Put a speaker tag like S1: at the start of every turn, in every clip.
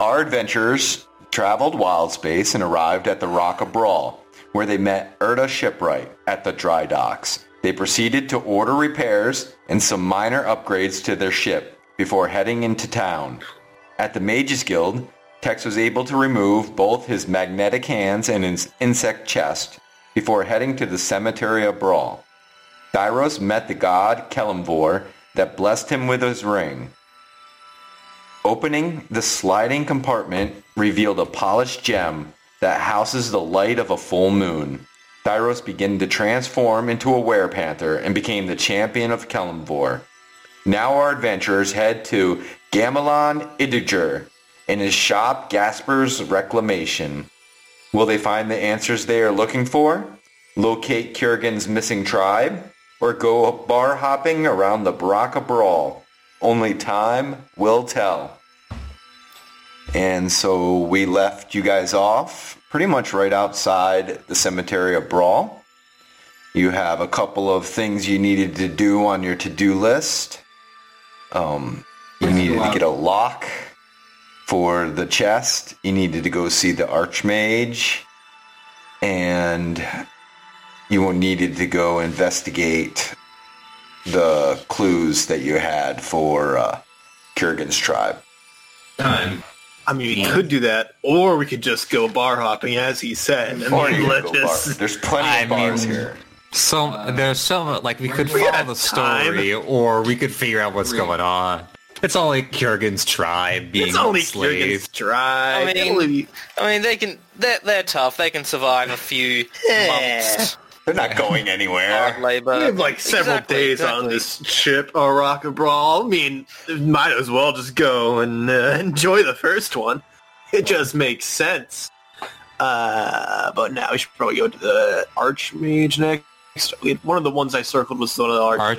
S1: Our adventurers traveled wild space and arrived at the Rock of Brawl, where they met Erda Shipwright at the dry docks. They proceeded to order repairs and some minor upgrades to their ship before heading into town. At the Mages Guild, Tex was able to remove both his magnetic hands and his insect chest before heading to the Cemetery of Brawl. Dyros met the god Kelimvor that blessed him with his ring. Opening the sliding compartment revealed a polished gem that houses the light of a full moon. Dyros began to transform into a werepanther and became the champion of Kelimvor. Now our adventurers head to Gamelon Idiger in his shop Gasper's Reclamation. Will they find the answers they are looking for? Locate Kurgan's missing tribe? Or go bar hopping around the Baraka Brawl? Only time will tell. And so we left you guys off pretty much right outside the cemetery of Brawl. You have a couple of things you needed to do on your to-do list. Um, you needed to get a lock for the chest. You needed to go see the Archmage. And you needed to go investigate the clues that you had for uh, Kurgan's tribe.
S2: Time.
S3: I mean, we could do that, or we could just go bar hopping, as he said, and
S1: Or you
S3: then
S1: could
S3: let
S1: go bar.
S3: this.
S1: There's plenty
S4: I
S1: of bars
S4: mean-
S1: here.
S4: Some there's some like we could
S3: we
S4: follow
S3: got
S4: the
S3: time.
S4: story, or we could figure out what's going on. It's only Kurgan's tribe being
S3: It's only
S4: enslaved.
S3: Kurgan's drive.
S5: I mean-
S3: It'll be-
S5: I mean, they can. They're, they're tough. They can survive a few months
S1: They're not going
S5: hard
S1: anywhere.
S5: labor.
S3: we have like several
S5: uh, Exactly,
S3: days on
S5: exactly.
S3: this ship or rock and brawl. I mean, might as well just go and uh, enjoy the first one. It just makes sense. Uh, but now we should probably go to the Archmage next. We- One of the ones I circled was one of the Archmages.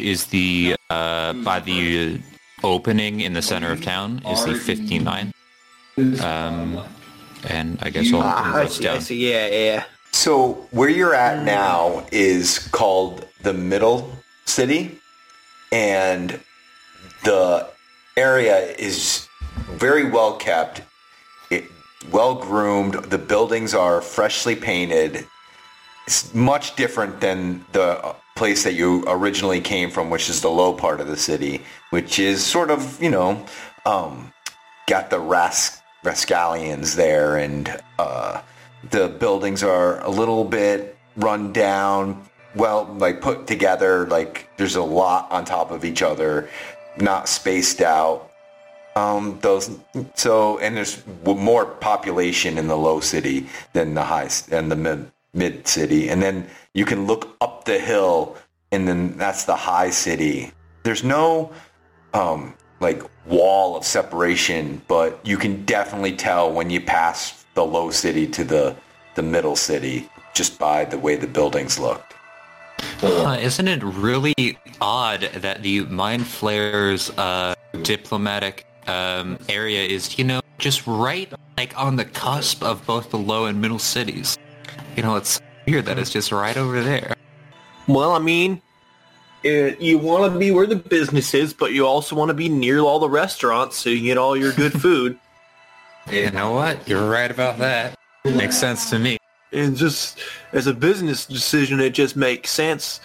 S6: Archmage is the uh, by the opening in the center of town is the 59, um, and I guess we'll
S3: Ah, I
S6: that's
S3: see, I
S6: down.
S3: see. Yeah, yeah, yeah.
S1: So where you're at now is called the Middle City, and the area is very well kept, it, well groomed. The buildings are freshly painted. It's much different than the place that you originally came from, which is the low part of the city, which is sort of you know um, got the Ras- Rascallions there, and uh, the buildings are a little bit run down. Well, like put together, like there's a lot on top of each other, not spaced out. Um, those so, and there's w- more population in the low city than the high s- and the mid mid city, and then you can look up the hill, and then that's the high city. There's no um, like wall of separation, but you can definitely tell when you pass the low city to the the middle city just by the way the buildings looked.
S6: Uh, isn't it really odd that the Mind Flayer's uh, diplomatic um, area is, you know, just right like on the cusp of both the low and middle cities? You know, it's weird that it's just right over there.
S3: Well, I mean, it, you want to be where the business is, but you also want to be near all the restaurants so you get all your good food.
S4: You know what? You're right about that. Makes sense to me.
S3: and just as a business decision, it just makes sense.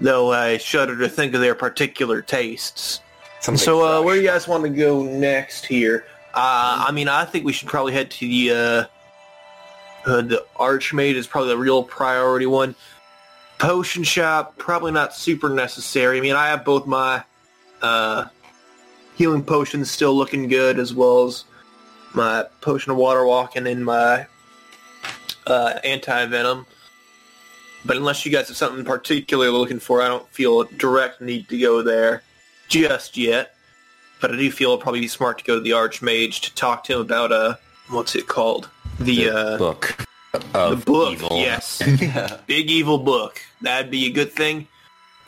S3: Though I shudder to think of their particular tastes.
S1: Something
S3: so, uh,
S1: fresh.
S3: where do you guys want to go next here? Uh, I mean, I think we should probably head to the uh, uh, the Archmaid is probably the real priority one. Potion shop probably not super necessary. I mean, I have both my uh, healing potions still looking good, as well as my potion of water walking and my uh, anti venom. But unless you guys have something particularly looking for, I don't feel a direct need to go there just yet. But I do feel it'd probably be smart to go to the Archmage to talk to him about uh what's it called? The uh
S6: Book
S3: the
S6: of
S3: book.
S6: evil.
S3: Yes. Big evil book. That'd be a good thing.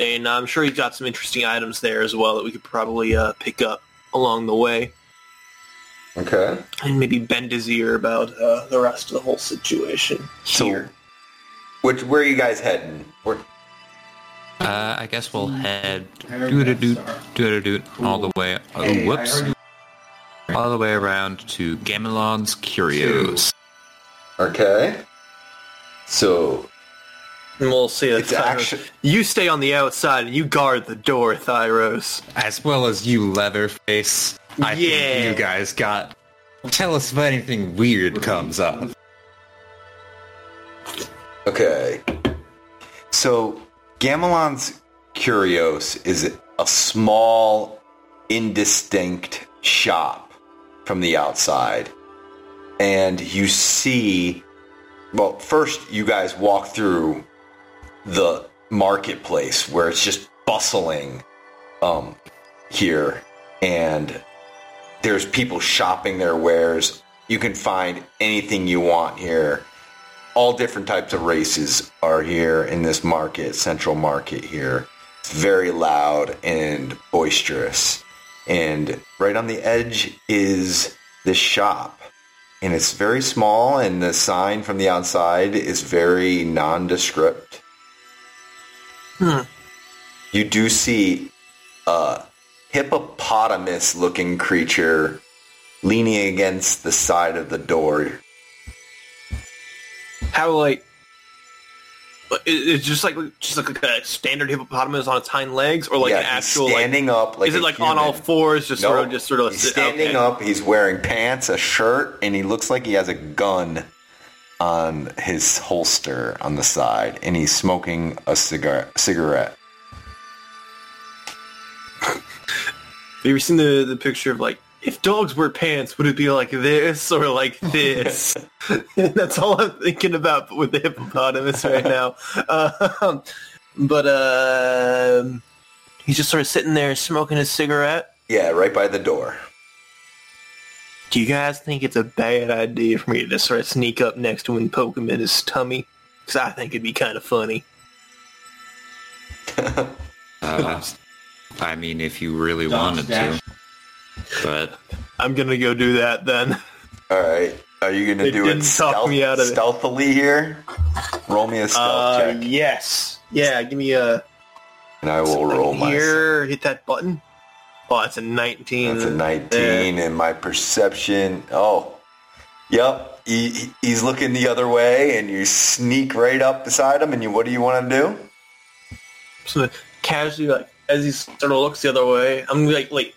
S3: And I'm sure he's got some interesting items there as well that we could probably uh, pick up along the way.
S1: Okay.
S3: And maybe bend his ear about uh, the rest of the whole situation
S1: So-
S3: here.
S1: Which where are you guys heading? Where,
S6: Uh, I guess we'll head doo doo doo doo doo all the way. Oh, whoops. uh, all the way around to Gamelon's Curios.
S1: Okay. So
S3: And we'll see.
S1: It's
S3: Thyros.
S1: actu-
S3: you stay on the outside and you guard the door, Thyros.
S4: As well as you, Leatherface. I
S3: Yeah.
S4: think you guys got. Tell us if anything weird comes up.
S1: okay. So Gamelon's Curios is a small, indistinct shop from the outside. And you see well, first you guys walk through the marketplace where it's just bustling um here and there's people shopping their wares. You can find anything you want here. All different types of races are here in this market, central market here. It's very loud and boisterous. And right on the edge is this shop. And it's very small, and the sign from the outside is very nondescript. You do see a hippopotamus looking creature leaning against the side of the door.
S3: How like it- it's just like just like a standard hippopotamus on its hind legs, or like
S1: yeah,
S3: an
S1: he's
S3: actual like
S1: standing up like
S3: is it
S1: a
S3: like on all
S1: human.
S3: fours, just sort of
S1: Nope.
S3: just sort of
S1: he's standing up. He's wearing pants, a shirt, and he looks like he has a gun on his holster on the side, and he's smoking a cigar cigarette.
S3: Have you ever seen the the picture of like if dogs wear pants, would it be like this or like this? That's all I'm thinking about with the hippopotamus right now. Um but um he's just sort of sitting there smoking his cigarette.
S1: Yeah, right by the door.
S3: Do you guys think it's a bad idea for me to just sort of sneak up next to him and poke him in his tummy? Because I think it'd be kind of funny.
S6: Uh, I mean, if you really wanted to. But
S3: I'm gonna go do that then.
S1: All right, are you gonna
S3: They
S1: do it
S3: didn't talk
S1: stealth-
S3: me out of it.
S1: stealthily here? Roll me a stealth
S3: Uh,
S1: check,
S3: yes. Yeah. Give me a
S1: and I will roll my.
S3: here. Hit that button. Oh, that's a 19.
S1: That's a 19, and my perception. Oh, yep. He, he- he's looking the other way, and you sneak right up beside him. And you, what do you want to do?
S3: So casually, like as he sort of looks the other way, I'm like, like,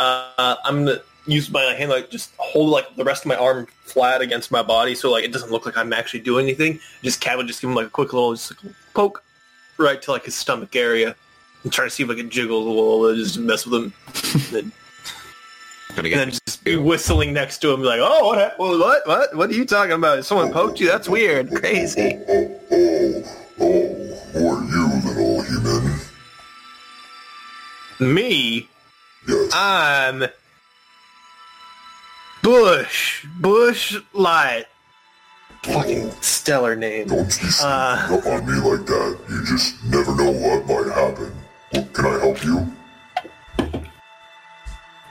S3: uh, I'm gonna use my hand, like, just hold like the rest of my arm flat against my body, so like it doesn't look like I'm actually doing anything. Just casually, just give him like a quick little, just like, poke right to like his stomach area, and try to see if I can jiggle a little, and just mess with him, and
S6: gonna
S3: then
S6: get
S3: just be whistling next to him, like, oh, what, hap- well, what, what, what are you talking about? Someone poked you? That's weird, crazy.
S2: Who are you, little human?
S3: Me?
S2: Yes.
S3: I'm Bush. Bush Light. Fucking stellar name.
S2: Don't you sneak
S3: Uh.
S2: up on me like that. You just never know what might happen. Can I help you?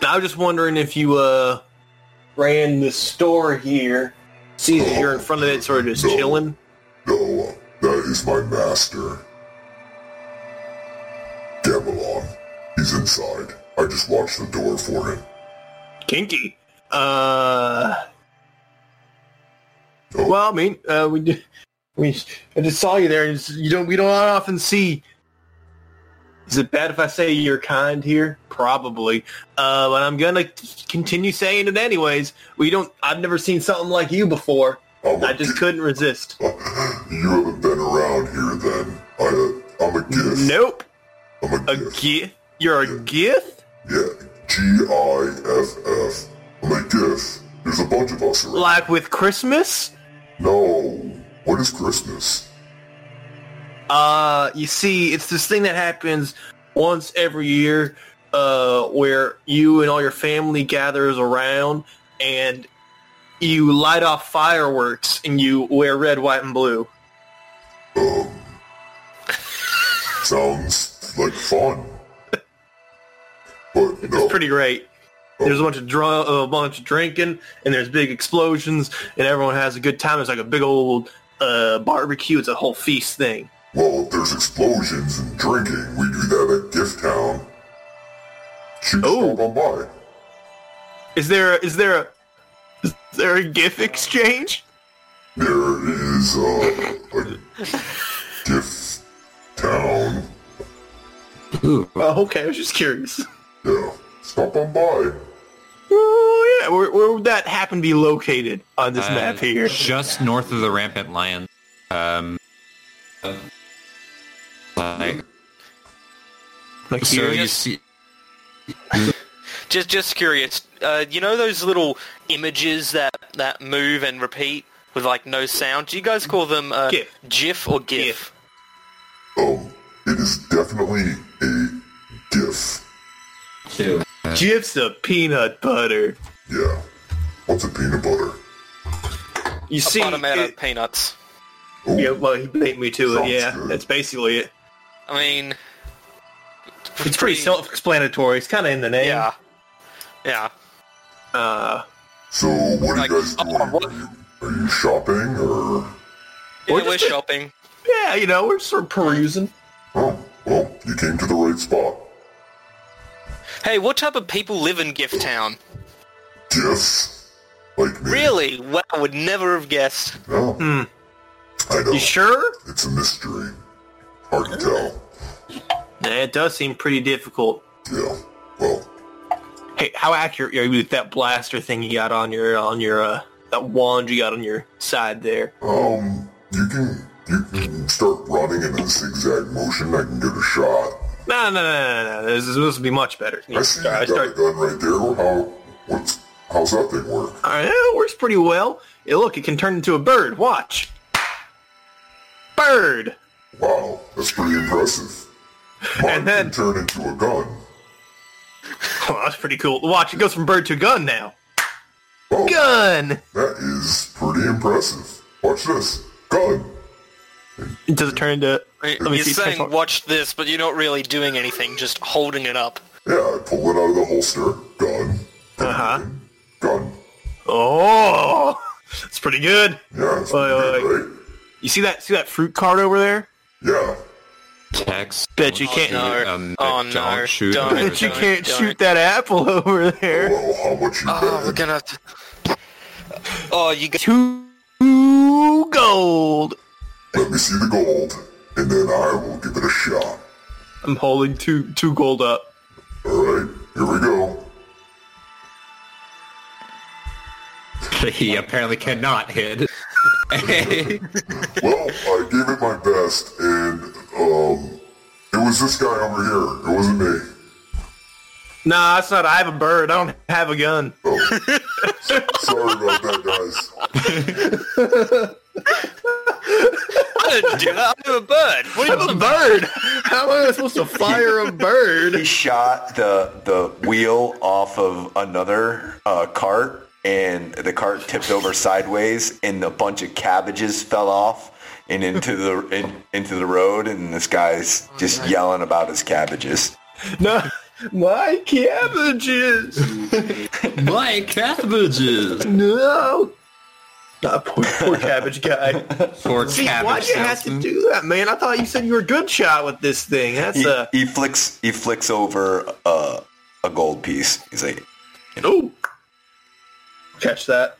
S3: I was just wondering if you uh ran the store here. See that you're in front of it, sort of just chilling.
S2: No, uh, that is my master. Gamelon. He's inside. I just watched the door for him.
S3: Kinky. Uh. Well, I mean, uh, we d- we I just saw you there, and it's- you don't we don't often see. Is it bad if I say you're kind here? Probably, uh, but I'm gonna continue saying it anyways. We don't. I've never seen something like you before.
S2: I'm a
S3: I just couldn't resist.
S2: You haven't been around here then. I, uh, I'm a gift.
S3: Nope,
S2: I'm a,
S3: a
S2: gift.
S3: gith. You're a gith.
S2: Yeah. G-I-F-F. I'm a gift. There's a bunch of us around.
S3: Like with Christmas.
S2: no. What is Christmas?
S3: Uh, you see, it's this thing that happens once every year, uh, where you and all your family gathers around and you light off fireworks and you wear red, white, and blue.
S2: Um, Sounds like fun. But no.
S3: It's pretty great. There's a bunch of dr- uh, a bunch of drinking, and there's big explosions, and everyone has a good time. It's like a big old uh, barbecue. It's a whole feast thing.
S2: Well, if there's explosions and drinking, we do that at Gift Town. Shoot,
S3: Oh.
S2: stop on by.
S3: Is there is there a is there a GIF exchange?
S2: There is uh, a gift town.
S6: Ooh,
S3: Oh, okay, I was just curious.
S2: Yeah, stop on by.
S3: Oh yeah, where, where would that happen to be located on this
S6: uh,
S3: map here?
S6: just north of the rampant lion. Um, like,
S3: Like
S6: so
S3: here?
S6: you see,
S5: Just, just curious. Uh, you know those little images that that move and repeat with like no sound. Do you guys call them uh,
S3: GIF.
S5: GIF or
S3: GIF.
S5: GIF?
S2: Um, it is definitely a gift.
S3: GIFs of peanut butter.
S2: Yeah. What's a peanut butter?
S3: You
S5: A
S3: see,
S5: bottom out
S3: it-
S5: of peanuts.
S2: Oh,
S3: yeah, well, he beat me to it.
S2: Sounds
S3: Yeah,
S2: good.
S3: that's basically it.
S5: I mean,
S3: It's pretty self-explanatory. It's kind of in the name.
S5: Yeah, yeah.
S3: Uh,
S2: So what
S5: Like,
S2: are you guys doing?
S5: oh, what-
S2: Are, you, are you shopping or?
S3: Or
S5: yeah we're
S3: just a-
S5: shopping.
S3: yeah, you know, we're sort of perusing.
S2: Oh, well, you came to the right spot.
S5: Hey, what type of people live in GIF Town?
S2: Gifts, like me.
S5: Really? Wow, I would never have guessed.
S2: No. I know.
S3: Hmm. You sure?
S2: It's a mystery. Hard to tell.
S3: Nah, it does seem pretty difficult.
S2: Yeah. Well,
S3: Hey, how accurate are you with that blaster thing you got on your on your uh that wand you got on your side there?
S2: um, you can you can start running in a zigzag motion. I can get a shot.
S3: No, no, no, no, no. This is supposed to be much better.
S2: I see you
S3: I
S2: got a
S3: start.
S2: gun right there. How? What's? How's that thing work?
S3: All right, it works pretty well. Yeah, look, it can turn into a bird. Watch. Bird.
S2: Wow, that's pretty impressive. Mine
S3: And then-
S2: can turn into a gun.
S3: Oh, that's pretty cool. Watch, it goes from bird to gun now.
S2: Oh,
S3: Gun.
S2: that is pretty impressive. Watch this. Gun.
S3: Does it turn into? Let me
S5: You're
S3: see.
S5: saying
S3: Turn-
S5: watch this, but you're not really doing anything, just holding it up.
S2: Yeah, I pull it out of the holster. Gun.
S3: Uh-huh.
S2: Gun.
S3: Oh, it's pretty good.
S2: Yeah, it's
S3: Wait,
S2: pretty
S3: wait,
S2: good, right?
S3: You see that? See that fruit cart over there?
S2: Yeah.
S6: text.
S3: Bet you can't.
S5: no.
S6: Um,
S5: Oh,
S6: don't
S5: no.
S6: shoot
S5: Don't.
S6: birds.
S3: Bet you
S5: Don't-
S3: can't
S5: don't.
S3: shoot that apple over there.
S2: Well, how much you
S5: Oh,
S2: bet?
S5: we're gonna have to. Oh, you got
S3: Two gold.
S2: Let me see the gold, and then I will give it a shot.
S3: I'm holding two two gold up.
S2: All right, here we go.
S4: he apparently cannot hit.
S2: Well, I gave it my best, and um, it was this guy over here. It wasn't me.
S3: Nah, that's not. I have a bird. I don't have a gun.
S2: Sorry about that, guys.
S5: I didn't do that. I'm a bird. What do you
S3: I have a bird. How am I supposed to fire a
S1: He
S3: bird?
S1: shot the the wheel off of another uh, cart, and the cart tipped over sideways, and a bunch of cabbages fell off and into the in, into the road. And this guy's just yelling about his cabbages.
S3: No, my cabbages.
S4: My cabbages.
S3: No. Ah, poor, poor cabbage guy.
S4: Poor
S3: See, why'd
S4: cabbage
S3: you have to
S4: salesman.
S3: do that, man? I thought you said you were a good shot with this thing. That's
S1: He,
S3: a
S1: he flicks he flicks over a, a gold piece. He's like,
S3: oh. Catch that.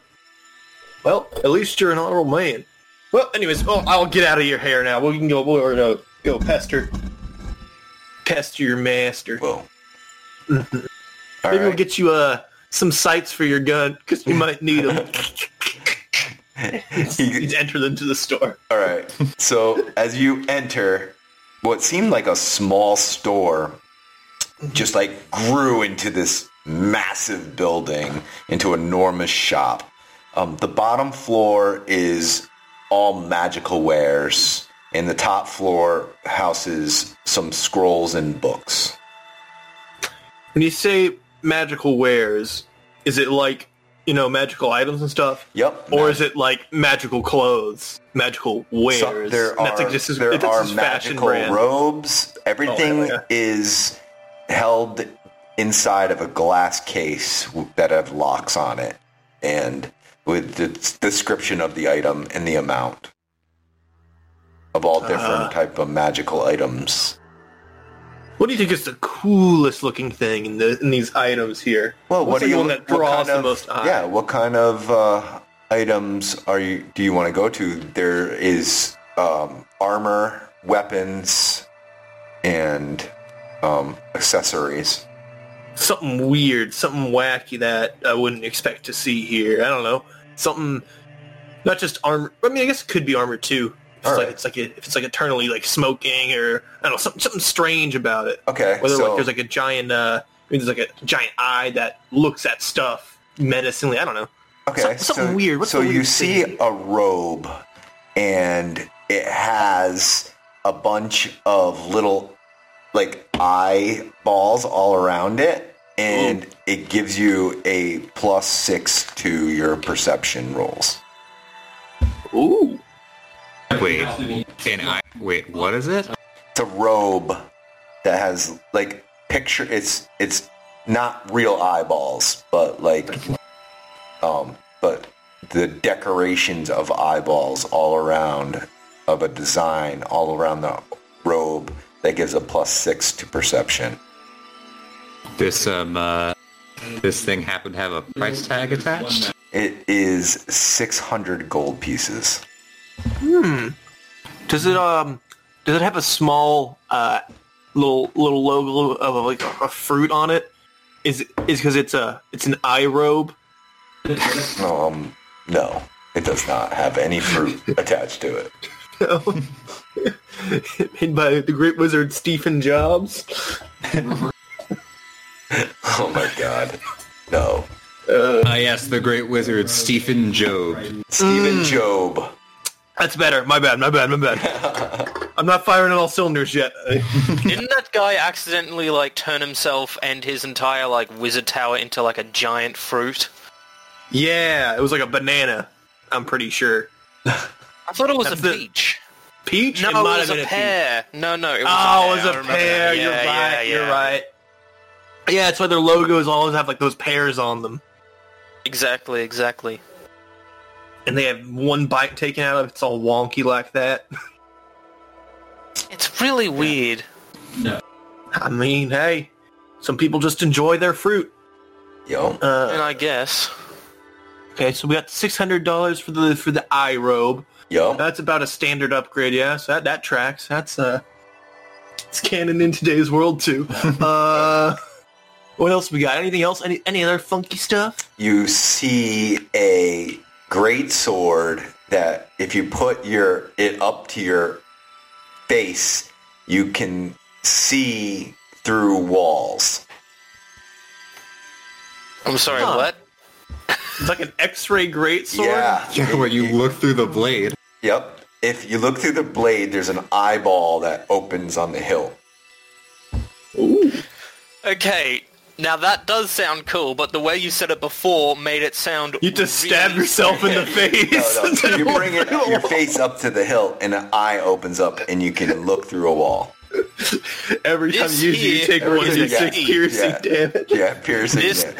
S3: Well, at least you're an honorable man. Well, anyways, oh, I'll get out of your hair now. We can go. We're gonna go pester, pester your master.
S1: "Whoa." All
S3: Mm-hmm. Maybe
S1: right.
S3: we'll get you uh some sights for your gun because you might need them.
S1: He-
S3: You'd enter them to the store.
S1: All right. So as you enter, what seemed like a small store
S3: Mm-hmm.
S1: just like grew into this massive building, into an enormous shop. Um, the bottom floor is all magical wares, and the top floor houses some scrolls and books.
S3: When you say magical wares, is it like you know magical items and stuff?
S1: Yep.
S3: Or is it like magical clothes, magical wares?
S1: So there
S3: And
S1: are,
S3: that's like this is,
S1: there
S3: that's
S1: are
S3: his fashion
S1: magical
S3: brand. Oh,
S1: robes. Everything
S3: yeah.
S1: is held inside of a glass case w- that have locks on it, and with the s- description of the item and the amount
S3: Ah.
S1: of all different type of magical items.
S3: What do you think is the coolest looking thing in the in these items here?
S1: Well,
S3: What's
S1: what do
S3: the
S1: you
S3: one that
S1: what
S3: draws
S1: kind
S3: the
S1: of,
S3: most eye?
S1: Yeah, what kind of uh, items are you? Do you want to go to? There is um, armor, weapons, and um, accessories.
S3: something weird, something wacky that I wouldn't expect to see here. I don't know, something not just armor. I mean, I guess it could be armor too. If
S1: All
S3: it's,
S1: right.
S3: like, it's like a, if it's like eternally like smoking or I don't know something, something strange about it.
S1: Okay,
S3: Whether
S1: so
S3: like there's like a giant uh, I mean, there's like a giant eye that looks at stuff menacingly. I don't know.
S1: okay,
S3: some- something weird. What's
S1: so
S3: the
S1: you
S3: weird
S1: see
S3: thing?
S1: a robe, and it has a bunch of little like eyeballs all around it, and it gives you a plus six to your perception rolls.
S3: Ooh,
S4: Wait, and I wait. What is it?
S1: it's a robe that has like picture it's it's not real eyeballs but like um but the decorations of eyeballs all around of a design all around the robe that gives a plus six to perception
S6: This um uh this thing happened to have a price tag attached.
S1: it is 600 gold pieces
S3: does it um does it have a small uh little little logo of like a, a fruit on it? Is it is because it's a it's an eye robe?
S1: um no it does not have any fruit attached to it
S3: made by the great wizard Stephen Jobs.
S1: oh my god no
S6: I asked Uh, the great wizard Stephen Job.
S1: stephen job
S3: That's better. My bad. My bad. My bad. I'm not firing on all cylinders yet.
S5: Didn't that guy accidentally like turn himself and his entire like wizard tower into like a giant fruit?
S3: yeah, it was like a banana. I'm pretty sure.
S5: I thought it was
S3: That's
S5: a
S3: the-
S5: peach.
S3: Peach.
S5: No,
S3: it might
S5: it
S3: have
S5: was a
S3: been peach.
S5: pear. No, no, it was
S3: Oh, it
S5: a
S3: was
S5: pear.
S3: a
S5: I remember
S3: pear.
S5: that.
S3: You're
S5: Yeah,
S3: right.
S5: yeah,
S3: You're
S5: yeah.
S3: right. Yeah, that's why their logos always have like those pears on them,
S5: Exactly, exactly.
S3: and they have one bite taken out of it. It's all wonky like that.
S5: It's really weird.
S3: I mean, hey, some people just enjoy their fruit.
S1: yo
S3: Uh,
S5: And I guess.
S3: okay, so we got six hundred dollars for the for the eye robe.
S1: yo
S3: That's about a standard upgrade, yeah. So that, that tracks. That's uh it's canon in today's world too. uh what else we got? Anything else? Any any other funky stuff?
S1: you see a great sword that if you put your it up to your face you can see through walls
S5: I'm sorry,
S3: Huh.
S5: what?
S3: It's like an X-ray great sword.
S1: yeah
S6: Yeah, when you look through the blade.
S1: yep if you look through the blade there's an eyeball that opens on the hilt
S5: Okay, now that does sound cool, but the way you said it before made it sound.
S3: You just stab
S5: really
S3: yourself in the face.
S1: no, no. you bring it your face up to the hilt and an eye opens up and you can look through a wall
S3: Every time
S5: This
S3: you use it, you
S5: here
S3: take one
S1: is
S3: d
S1: a
S3: six
S5: key.
S3: piercing
S1: Yeah.
S3: damage.
S1: yeah piercing
S5: This-
S1: it.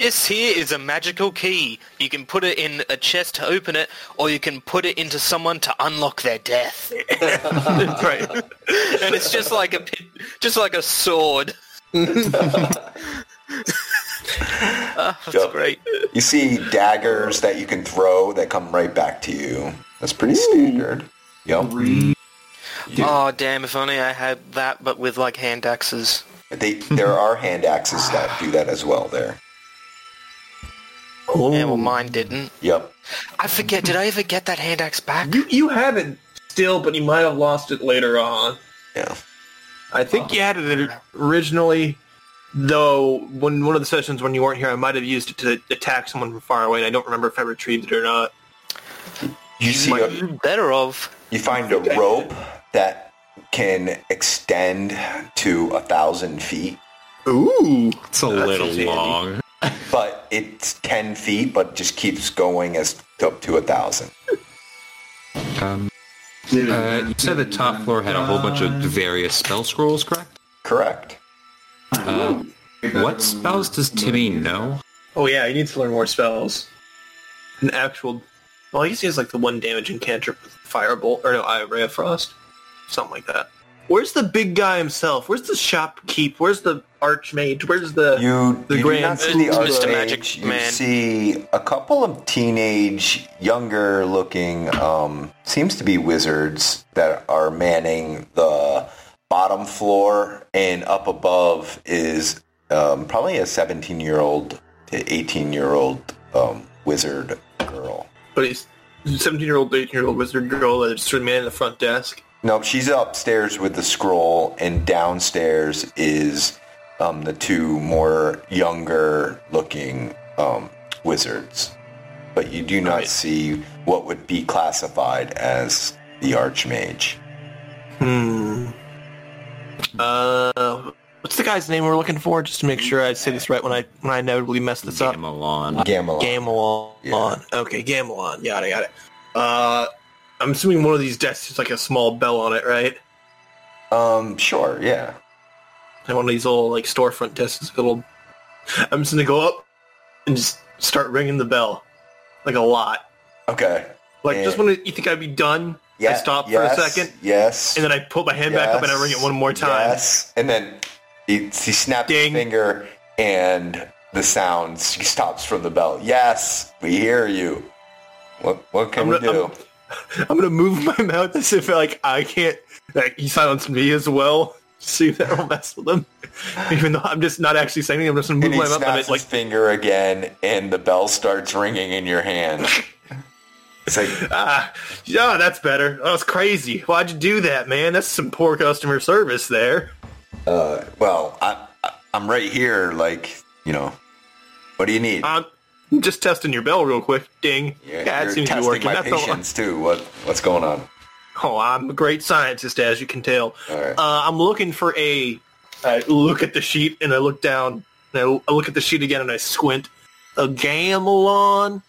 S5: This here is a magical key. You can put it in a chest to open it, or you can put it into someone to unlock their death.
S3: That's right.
S5: And it's just like a pit, just like a sword. Ah, that's
S1: Yep.
S5: great.
S1: you see daggers that you can throw that come right back to you that's pretty standard yep
S5: Oh damn! If only I had that, but with like hand axes.
S1: They, there are hand axes that do that as well there.
S3: Oh.
S5: Yeah, well, mine didn't.
S1: Yep.
S5: I forget. Did I ever get that hand axe back?
S3: You you have it still, but you might have lost it later on.
S1: Yeah.
S3: I think you had it originally, though. When one of the sessions when you weren't here, I might have used it to attack someone from far away, and I don't remember if I retrieved it or not.
S1: You see, a,
S5: uh, Better of.
S1: you find a rope that can extend to a thousand feet,
S3: Ooh,
S4: It's a little long.
S1: but it's ten feet, but just keeps going as up to a thousand.
S6: Um, uh, you said the top floor had a whole bunch of various spell scrolls, correct?
S1: Correct.
S6: Uh, what spells does Timmy know?
S3: oh yeah, he needs to learn more spells. An actual, well, I guess he has like the one damage in cantrip with firebolt or no, I ray of frost, something like that. Where's the big guy himself? Where's the shopkeep? Where's the archmage? Where's the
S1: You,
S3: the
S1: you do
S3: grand
S1: not see the
S5: It's
S1: arch
S5: Mr.
S1: mage.
S5: Magic
S1: you
S5: Man.
S1: see a couple of teenage, younger-looking, um, seems to be wizards that are manning the bottom floor, and up above is um, probably a 17-year-old to 18-year-old um, wizard girl.
S3: but he's seventeen year old, eighteen year old wizard girl that's the man at the front desk.
S1: No, she's upstairs with the scroll, and downstairs is um, the two more younger-looking um, wizards. But you do not see what would be classified as the archmage.
S3: Hmm. Uh, what's the guy's name we're looking for? Just to make sure I say this right when I when I inevitably mess this up. Uh,
S4: Gamelon.
S1: Gamelon.
S3: Gamelon.
S1: Yeah.
S3: Okay, Gamelon. Got it. Got it. Uh, I'm assuming one of these desks is like a small bell on it, right?
S1: um, sure, yeah.
S3: And one of these little like storefront desks, is a little. I'm just gonna go up and just start ringing the bell, like a lot.
S1: Okay.
S3: Like just
S1: Yeah.
S3: when you think I'd be done, I stop for a
S1: yes,
S3: second,
S1: Yes.
S3: and then I put my hand back up and I ring it one more time.
S1: Yes. And then he, he snaps
S3: Ding.
S1: his finger, and the sound stops from the bell. Yes, we hear you. What, what can
S3: I'm
S1: we
S3: gonna-
S1: do?
S3: I'm- I'm gonna move my mouth as if like I can't. Like he silenced me as well. See if that'll mess with him. Even though I'm just not actually saying anything, I'm just gonna
S1: and
S3: move
S1: he
S3: my mouth.
S1: snaps
S3: and it,
S1: his
S3: Like
S1: finger again, and the bell starts ringing in your hand. it's like,
S3: ah, yeah, that's better. That was crazy. Why'd you do that, man? That's some poor customer service there.
S1: uh, well, I, I, I'm right here. Like, you know, what do you need?
S3: I'm just testing your bell real quick. Ding.
S1: you're
S3: Uh, Yeah, that
S1: you're
S3: seems to be
S1: testing
S3: working.
S1: my
S3: That's all.
S1: patience too. What what's going on?
S3: Oh, I'm a great scientist, as you can tell.
S1: All right.
S3: Uh, I'm looking for a. I look at the sheet and I look down. And I, I look at the sheet again and I squint. A gamelon.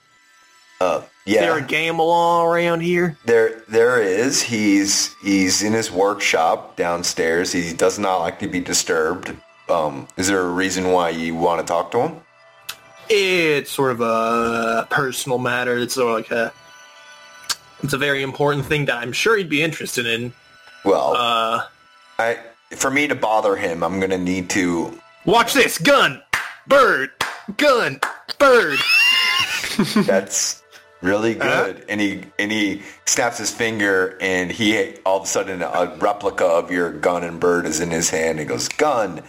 S1: Uh,
S3: Is
S1: yeah.
S3: there a gamelon around here?
S1: There, there is. He's he's in his workshop downstairs. He does not like to be disturbed. Um, is there a reason why you want to talk to him?
S3: It's sort of a personal matter. It's sort of like a. It's a very important thing that I'm sure he'd be interested in.
S1: Well,
S3: Uh,
S1: I, for me to bother him, I'm gonna need to.
S3: watch this gun, bird, gun, bird.
S1: That's really good. And he and he snaps his finger, and he all of a sudden a replica of your gun and bird is in his hand. He goes, "Gun,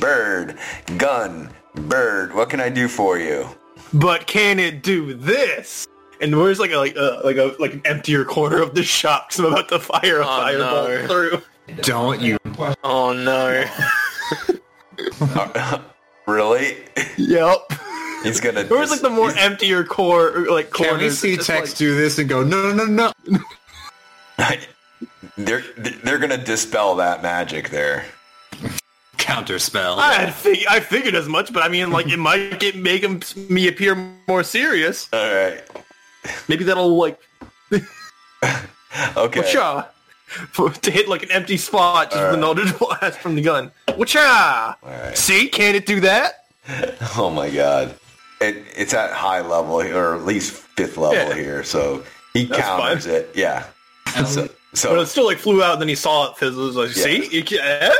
S1: bird, gun, bird. What can I do for you?"
S3: but can it do this? And where's like a like a like a like an emptier corner of the shop? Because I'm about to fire a
S5: Oh,
S3: fireball
S5: no.
S3: through.
S4: Don't you?
S5: Oh no.
S1: really?
S3: Yep.
S1: He's gonna.
S3: Where's like the more
S1: he's-
S3: emptier core like corners?
S4: Can we see
S3: It's
S4: Tex
S3: like-
S4: do this and go? No, no, no, no.
S1: they're they're gonna dispel that magic there.
S6: Counter spell.
S3: I had fig- I figured as much, but I mean, like it might get make him, me appear more serious.
S1: All right.
S3: Maybe that'll like
S1: Okay.
S3: whatcha for, to hit like an empty spot just with an Eldritch blast from the gun. Whatcha?
S1: Alright.
S3: See, can it do that?
S1: Oh my god. It, it's at high level or at least fifth level
S3: Yeah.
S1: here, so he
S3: That's
S1: counters
S3: fine.
S1: it. Yeah. So,
S3: But
S1: so
S3: it still like flew out. And then he saw it fizzle. He was like,
S1: Yeah.
S3: see, you can- eh?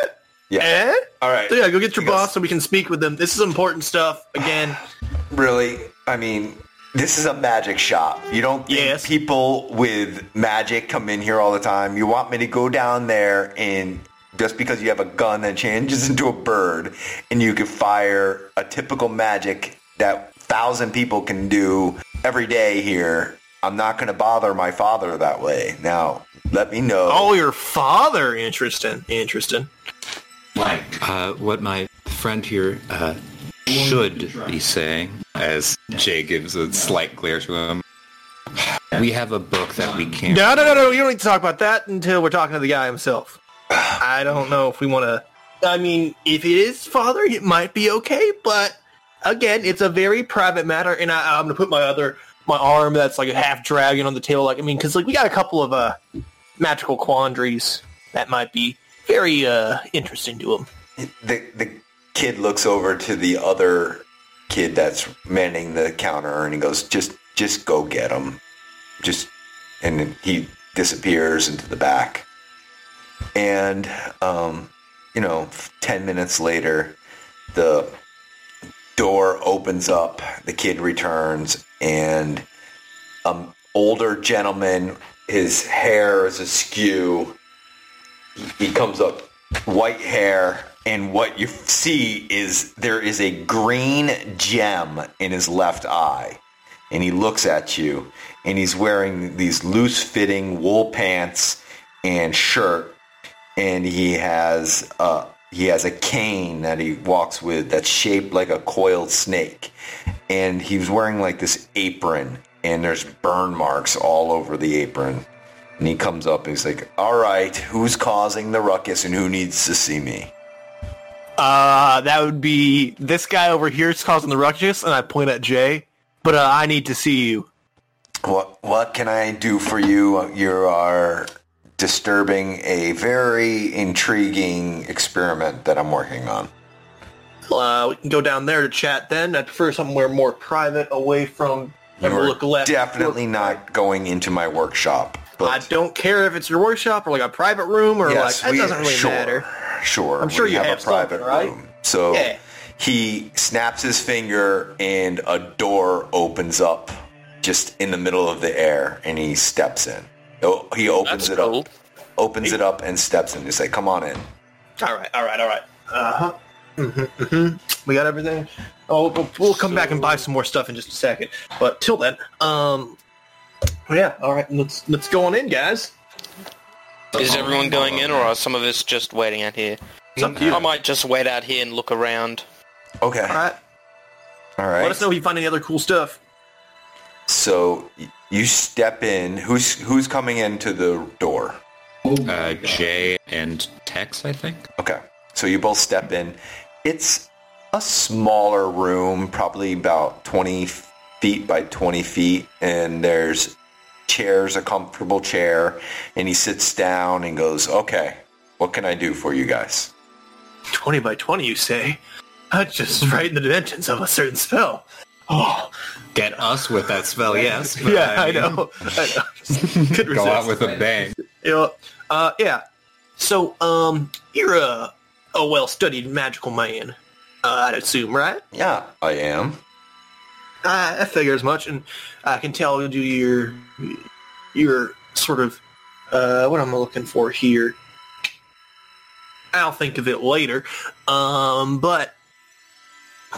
S1: yeah.
S3: Eh?
S1: All right.
S3: So yeah, go get your
S1: Because-
S3: boss so we can speak with them. This is important stuff. Again,
S1: Really? I mean, this is a magic shop. You don't think
S3: Yes.
S1: people with magic come in here all the time. You want me to go down there and just because you have a gun that changes into a bird and you can fire a typical magic that thousand people can do every day here, I'm not going to bother my father that way. Now, let me know.
S3: oh, your father, interesting, interesting.
S6: Uh, what my friend here uh, should be saying
S4: As Jay gives a slight glare to him.
S6: We have a book that we can't.
S3: No, no, no, no. You don't need to talk about that until we're talking to the guy himself. I don't know if we want to. I mean, if it is father, it might be okay. But again, it's a very private matter, and I, I'm gonna put my other my arm that's like a half dragon on the table. Like I mean, because like we got a couple of uh magical quandaries that might be very uh interesting to him.
S1: the the kid looks over to the other kid that's manning the counter and he goes just just go get him just and then he disappears into the back and um, you know, ten minutes later, the door opens up. The kid returns, and um, older gentleman, his hair is askew. He comes up, white hair, and what you see is there is a green gem in his left eye. And he looks at you, and he's wearing these loose fitting wool pants and shirt, and he has a he has a cane that he walks with that's shaped like a coiled snake, and he's wearing like this apron, and there's burn marks all over the apron. And he comes up and he's like, "All right, who's causing the ruckus, and who needs to see me?"
S3: Uh, that would be this guy over here is causing the ruckus, and I point at Jay. But uh, I need to see you.
S1: What what can I do for you? You are disturbing a very intriguing experiment that I'm working on.
S3: Uh, we can go down there to chat then. I prefer somewhere more private, away from.
S1: You
S3: Never
S1: are
S3: look left.
S1: definitely not going into my workshop.
S3: I
S1: But
S3: don't care if it's your workshop or like a private room or
S1: yes,
S3: like that
S1: we,
S3: doesn't really
S1: sure,
S3: matter.
S1: Sure,
S3: I'm sure
S1: we
S3: you
S1: have,
S3: have
S1: a
S3: something,
S1: private
S3: right?
S1: room. So
S3: Yeah.
S1: he snaps his finger, and a door opens up just in the middle of the air, and he steps in. Oh, He opens
S5: That's
S1: it
S5: cool.
S1: up, opens it up, and steps in. He's like, "Come on in."
S3: All right, all right, all right. Uh huh. We got everything. Oh, we'll, we'll come back and buy some more stuff in just a second. But till then, um, yeah. All right, let's let's go on in, guys.
S5: Is everyone going in, or are some of us just waiting out here?
S3: It's up to you.
S5: I
S3: All right.
S5: might just wait out here and look around.
S1: Okay, all right.
S3: Let us know if you find any other cool stuff.
S1: So y- you step in. Who's who's coming into the door?
S4: Uh, Jay and Tex, I think.
S1: Okay. So you both step in. It's a smaller room, probably about 20 feet by 20 feet, and there's chairs, a comfortable chair, and he sits down and goes, "Okay, what can I do for you guys?"
S3: Twenty by twenty, you say? That's just right in the dimensions of a certain spell. Mm-hmm. Oh,
S4: Get us with that spell, yes. but
S3: yeah, I
S4: mean,
S3: know. I know. Could
S4: Go out
S3: resist.
S4: with a bang.
S3: Yeah. Uh, yeah. So, um, you're a, a well-studied magical man, uh, I'd assume, right?
S1: Yeah, I am.
S3: I, I figure as much, and I can tell you do your your sort of uh, what I'm looking for here. I'll think of it later, um, but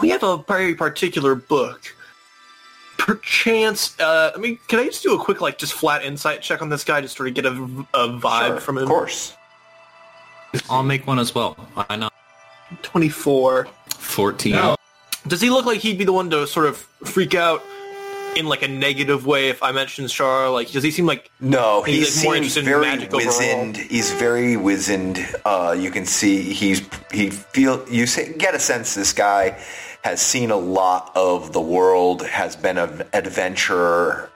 S3: we have a very particular book. Perchance, uh, I mean, can I just do a quick, like, just flat insight check on this guy, just sort of get a, a vibe
S1: Sure,
S3: from him?
S1: Of course.
S6: I'll make one as well. I know.
S3: 24.
S6: 14.
S3: Does he look like he'd be the one to sort of freak out in like a negative way if I mention Shar? Like, does he seem like
S1: No, he
S3: He's, like, more
S1: seems
S3: interested in
S1: very
S3: magic overall.
S1: wizened. He's very wizened. Uh, you can see he's he feel you say, get a sense this guy has seen a lot of the world, has been an adventurer,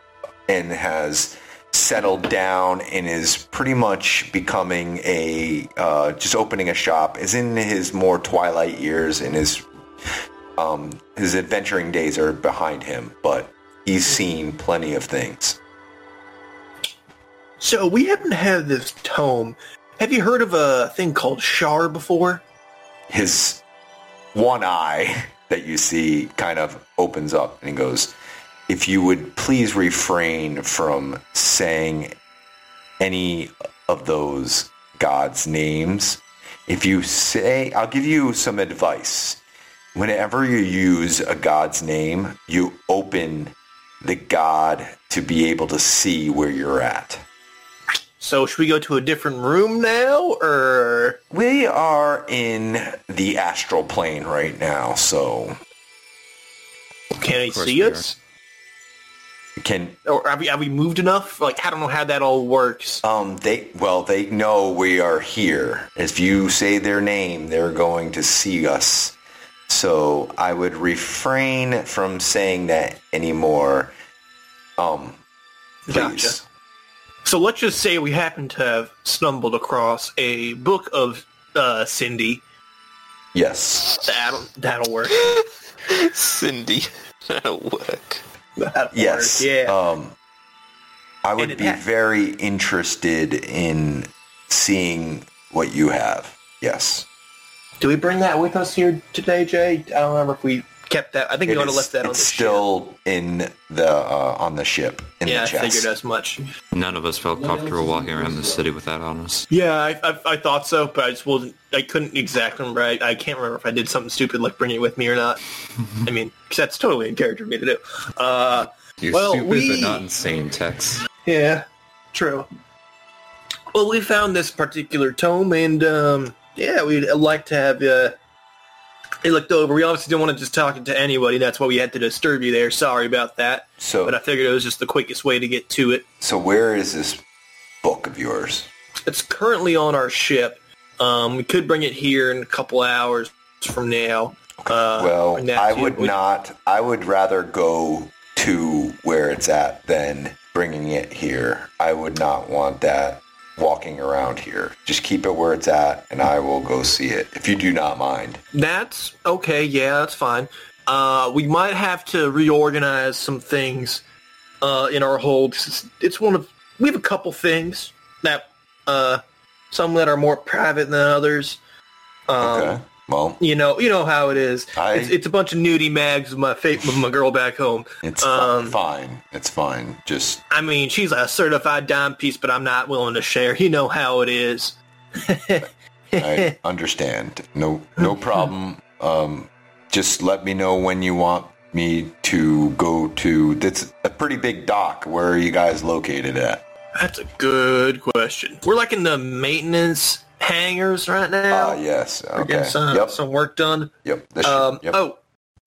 S1: and has settled down and is pretty much becoming a uh, just opening a shop. Is in his more twilight years and his um, his adventuring days are behind him, but he's
S3: Hmm.
S1: seen plenty of things.
S3: So we happen to have this tome. Have you heard of a thing called Shar before?
S1: his one eye that you see kind of opens up and he goes, If you would please refrain from saying any of those gods' names. If you say, I'll give you some advice. Whenever you use a god's name, you open the god to be able to see where you're at.
S3: So should we go to a different room now, or
S1: We are in the astral plane right now, so
S3: can he
S4: course
S3: see
S4: we
S3: us?
S1: can
S3: Or have we, have we moved enough? Like, I don't know how that all works.
S1: Um, they well, they know we are here. If you say their name, they're going to see us. So I would refrain from saying that anymore. Um, please.
S3: Gotcha. So let's just say we happen to have stumbled across a book of uh, Cindy.
S1: Yes.
S3: That'll that'll work.
S5: Cindy, that'll work.
S3: That'll
S1: Yes.
S3: work. Yeah.
S1: Um, I
S3: And
S1: would
S3: it
S1: be
S3: ha-
S1: very interested in seeing what you have. Yes.
S3: Do we bring that with us here today, Jay? I don't remember if we kept that. I think we
S1: It
S3: ought to
S1: is-
S3: left that on the
S1: it's
S3: ship.
S1: still in the uh, on the ship in
S3: Yeah,
S1: the
S3: I
S1: chest.
S3: figured as much.
S6: None of us felt comfortable walking around the city with that on us.
S3: Yeah, I, I, I thought so, but I just wasn't. I couldn't exactly remember. I, I can't remember if I did something stupid like bringing it with me or not. I mean, 'cause that's totally in character for me to do. Uh,
S6: You're
S3: Well,
S6: stupid
S3: we-
S6: but not insane, Tex.
S3: yeah, true. Well, we found this particular tome, and um, yeah, we'd like to have uh, it looked over. We obviously didn't want to just talk it to anybody. That's why we had to disturb you there. Sorry about that, but I
S1: So
S3: figured it was just the quickest way to get to it.
S1: so where is this book of yours?
S3: it's currently on our ship. Um, we could bring it here in a couple hours from now. Uh,
S1: well,
S3: and that
S1: I
S3: too.
S1: would
S3: We-
S1: not. I would rather go to where it's at than bringing it here. I would not want that walking around here. Just keep it where it's at, and I will go see it if you do not mind.
S3: That's okay. Yeah, that's fine. Uh, we might have to reorganize some things uh, in our hold. 'cause It's, it's one of we have a couple things that uh, some that are more private than others. Um,
S1: Okay. Well,
S3: You know, you know how it is.
S1: I-
S3: it's, it's a bunch of nudie mags of my fa- of my girl back home.
S1: it's
S3: um,
S1: fine. It's fine. Just
S3: I mean, she's a certified dime piece, but I'm not willing to share. You know how it is.
S1: I understand. No, no problem. Um, just let me know when you want me to go to. That's a pretty big dock. Where are you guys located at?
S3: That's a good question. We're like in the maintenance hangars right now.
S1: Ah, yes.
S3: We're getting
S1: Okay.
S5: uh,
S3: some,
S1: Yep.
S3: some work done.
S1: Yep. This
S3: Um,
S1: yep.
S3: Oh,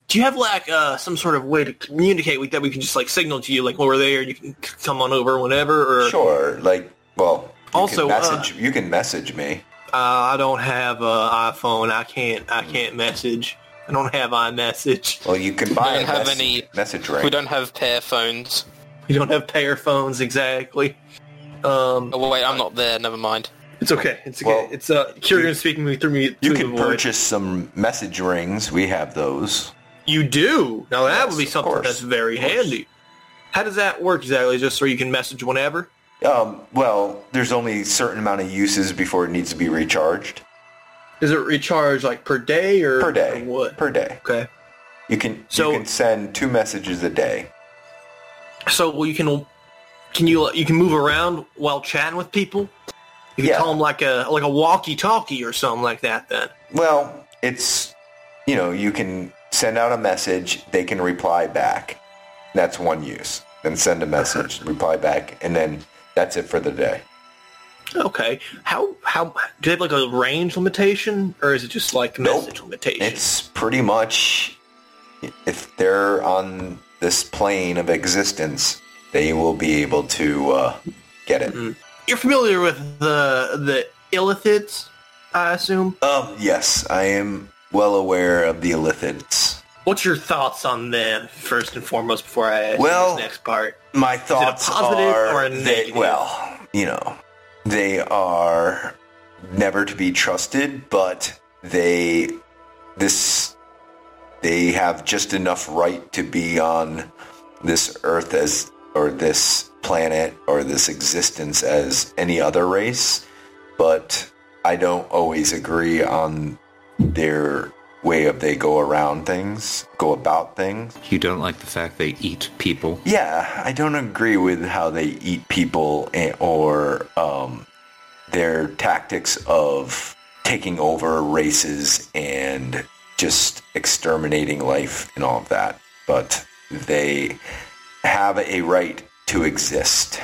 S3: do you have like uh, some sort of way to communicate with that we can just like signal to you like well, we're there you can c- come on over whenever or
S1: sure. Like, well. You
S3: Also,
S5: uh,
S1: can message, you can message me.
S3: uh, I don't have an iPhone. I can't
S1: Mm.
S3: I can't message. I don't have iMessage.
S1: Well, you can buy
S5: don't
S1: a
S5: have
S1: mess-
S5: any-
S1: message ring.
S5: We don't have pair phones.
S3: You don't have payer phones exactly. Um,
S5: Oh wait, I'm not there. Never mind.
S3: it's okay. It's okay.
S1: Well,
S3: it's uh, Kieran speaking me through me.
S1: you
S3: through
S1: can
S3: the void.
S1: purchase some message rings. We have those.
S3: You do. Now that
S1: Yes,
S3: would be
S1: of
S3: something
S1: course,
S3: that's very
S1: of course.
S3: handy. How does that work exactly? Just so you can message whenever?
S1: Um, well, there's only a certain amount of uses before it needs to be recharged
S3: Is it recharge like per day or
S1: per day.
S3: or what?
S1: Per day.
S3: okay.
S1: You can
S3: So-
S1: you can send two messages a day.
S3: So well, you can can you you can move around while chatting with people. You can
S1: Yeah.
S3: call them like a like a walkie-talkie or something like that. Then
S1: Well, it's you know you can send out a message, they can reply back. That's one use. Then send a message, reply back, and then that's it for the day.
S3: okay. How how do they have like a range limitation or is it just like
S1: Nope.
S3: message limitation?
S1: It's pretty much if they're on this plane of existence, they will be able to uh, get it.
S3: You're familiar with the the illithids, I assume.
S1: Um, yes, I am well aware of the Elithids.
S3: What's your thoughts on them first and foremost before I ask
S1: Well-
S3: you this next part?
S1: my thoughts
S3: positive
S1: are
S3: or a
S1: they-
S3: negative?
S1: well, you know, they are never to be trusted, but they this they have just enough right to be on this earth as or this planet or this existence as any other race, but I don't always agree on their way of they go around things, go about things.
S6: You don't like the fact they eat people.
S1: Yeah, I don't agree with how they eat people eh, or um, their tactics of taking over races and just exterminating life and all of that. But they have a right to exist.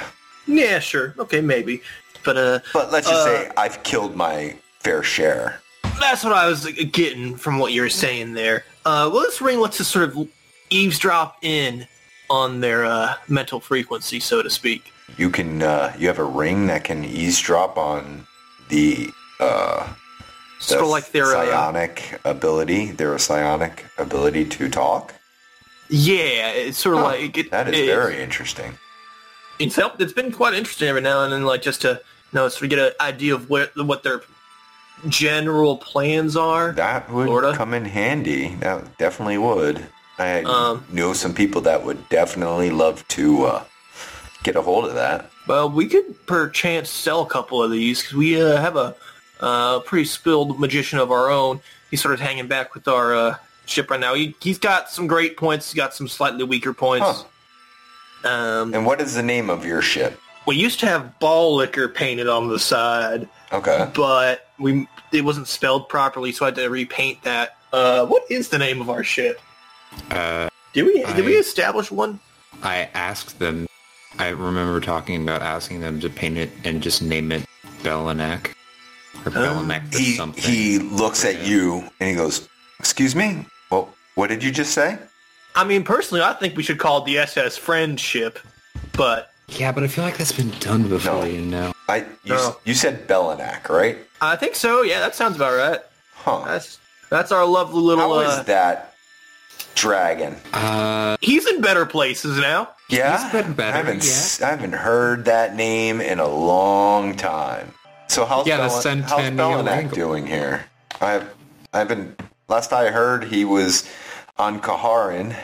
S3: Yeah, sure. Okay, maybe. But uh,
S1: But let's just say I've killed my fair share.
S3: that's what I was uh, getting from what you were saying there. Uh, well, this ring lets us sort of eavesdrop in on their uh, mental frequency, so to speak.
S1: You can uh, you have a ring that can eavesdrop on the uh,
S3: Sort of like their uh,
S1: psionic ability, their psionic ability to talk.
S3: yeah, it's sort of like it,
S1: That is
S3: it-
S1: very interesting.
S3: It's helped. It's been quite interesting every now and then, like just to you know, so we get an idea of what what their general plans are.
S1: That would
S3: Florida?
S1: come in handy. That definitely would. I
S3: Um,
S1: know some people that would definitely love to uh, get a hold of that.
S3: Well, we could perchance sell a couple of these because we uh, have a, uh, pretty spilled magician of our own. He started hanging back with our uh, ship right now. He, he's got some great points. He's got some slightly weaker points. Um,
S1: And what is the name of your ship?
S3: we used to have ball liquor painted on the side,
S1: Okay.
S3: but we it wasn't spelled properly, so I had to repaint that. Uh, what is the name of our ship?
S4: Uh,
S3: Did we did we
S4: I-
S3: establish one?
S4: I asked them. I remember talking about asking them to paint it and just name it Belinak or Belinak or
S1: Oh, He
S4: something.
S1: he looks at you and he goes, "Excuse me. Well, what did you just say?"
S3: I mean, personally, I think we should call it the SS Friendship, but
S4: yeah, but I feel like that's been done
S1: No.
S4: before, you know.
S1: I you, s-
S3: No.
S1: you said Belinak, right?
S3: I think so. Yeah, that sounds about right.
S1: Huh.
S3: That's that's our lovely little.
S1: How
S3: uh,
S1: is that dragon?
S4: Uh,
S3: He's in better places now.
S1: Yeah,
S4: He's been better,
S1: I haven't, s- I haven't heard that name in a long time. So how's
S4: Yeah, the
S1: Belen- how's
S4: Centennial
S1: Belenak
S4: Angle.
S1: doing here? I've I've been last I heard he was on Kaharin.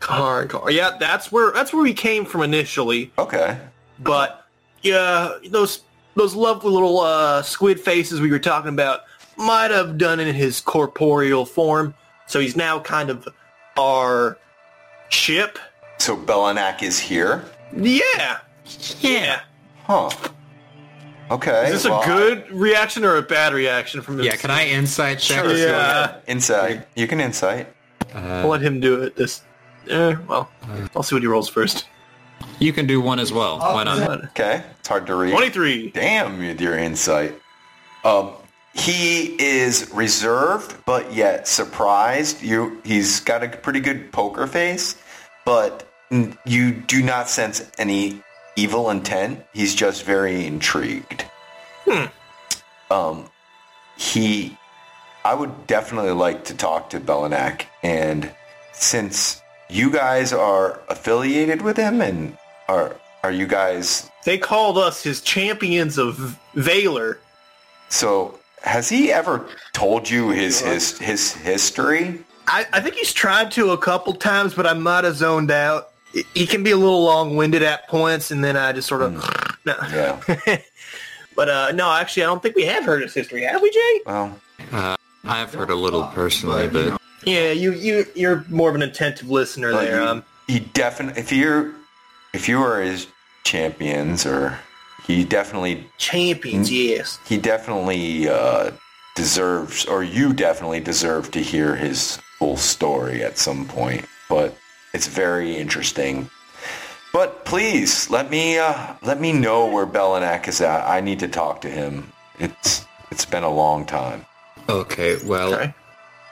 S3: Car, car. Yeah, that's where that's where we came from initially.
S1: Okay,
S3: But yeah, those those lovely little uh, squid faces we were talking about might have done in his corporeal form. So he's now kind of our ship.
S1: so Belenak is here,
S3: Yeah. Yeah.
S1: huh? Okay,
S3: Is this
S1: well,
S3: a good reaction or a bad reaction from him?
S4: yeah, can I insight check?
S1: Sure.
S3: Yeah.
S1: insight? You can insight.
S3: I'll let him do it. This. Eh, well, I'll see what he rolls first.
S6: You can do one as well. Why not?
S1: Okay, it's hard to read.
S3: Twenty-three.
S1: Damn, with your insight. Um, he is reserved, but yet surprised. You, he's got a pretty good poker face, but n- you do not sense any evil intent. He's just very intrigued. Um, he, I would definitely like to talk to Belinak, and since you guys are affiliated with him, and are are you guys
S3: They called us his champions of Valor.
S1: So, has he ever told you his his his history?
S3: I, I think he's tried to a couple times, but I might have zoned out. He- He can be a little long-winded at points, and then I just sort of. No.
S1: Yeah.
S3: But uh, no, actually, I don't think we have heard his history, have we, Jay?
S1: Well,
S6: I've heard a little personally, but
S3: Yeah, you you you're more of an attentive listener
S1: like,
S3: there.
S1: you-
S3: Um,
S1: he definitely if you're if you are his champions or he definitely
S3: champions, yes.
S1: he definitely uh, deserves or you definitely deserve to hear his full story at some point. But it's very interesting. But please let me uh, let me know where Belinak is at. I need to talk to him. It's it's been a long time.
S4: Okay, well,
S3: Okay.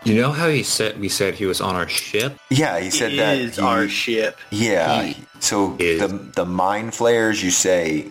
S4: you know how he said we said he was on our ship?
S1: Yeah, he said that.
S3: is
S1: he-
S3: our ship.
S1: yeah. so
S4: is-
S1: the the mind flayers you say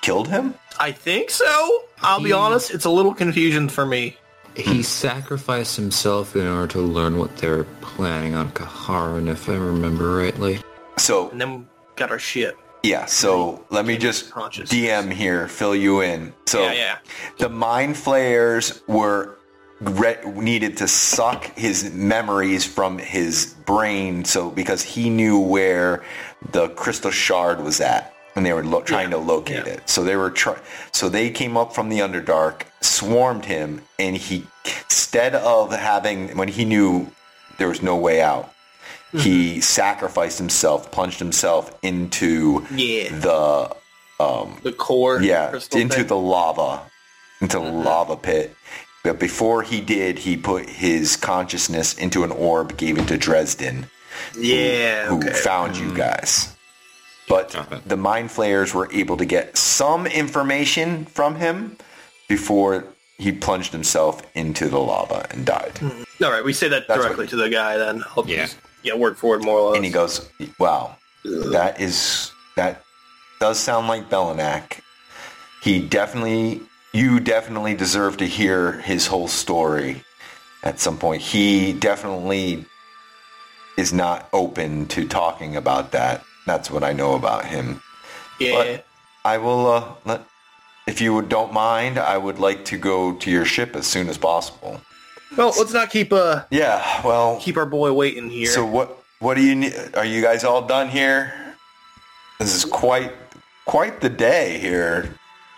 S1: killed him.
S3: I think so. I'll be honest, it's a little confusion for me.
S1: Hmm.
S4: He sacrificed himself in order to learn what they were planning on Kaharan, if I remember rightly.
S1: So
S3: And then we got our ship.
S1: yeah. So let me just
S3: Conscious.
S1: DM here, fill you in. So
S3: Yeah, yeah.
S1: the mind flayers were re- needed to suck his memories from his brain, so because he knew where the crystal shard was at, and they were lo- trying to locate it. So they were try- so they came up from the underdark, swarmed him, and he instead of having when he knew there was no way out. He sacrificed himself, plunged himself into
S3: Yeah.
S1: the
S3: The core.
S1: yeah,
S3: crystal
S1: into
S3: thing.
S1: the lava, into the lava pit. But before he did, he put his consciousness into an orb, gave it to Dresden,
S3: yeah.
S1: who
S3: okay. Hmm.
S1: found you guys. But the mind flayers were able to get some information from him before he plunged himself into the lava and died.
S3: All right, we say that
S1: That's
S3: directly
S1: what-
S3: to the guy then. I'll
S4: Yeah.
S3: just- yeah, word for word, more or less.
S1: And he goes, "Wow, that is that does sound like Belinak. He definitely, you definitely deserve to hear his whole story at some point. He definitely is not open to talking about that. That's what I know about him.
S3: yeah.
S1: But I will, uh, let, if you would- don't mind, I would like to go to your ship as soon as possible.
S3: Well, let's not keep uh
S1: Yeah, well,
S3: keep our boy waiting here.
S1: So what what do you need? Are you guys all done here? This is quite quite the day here.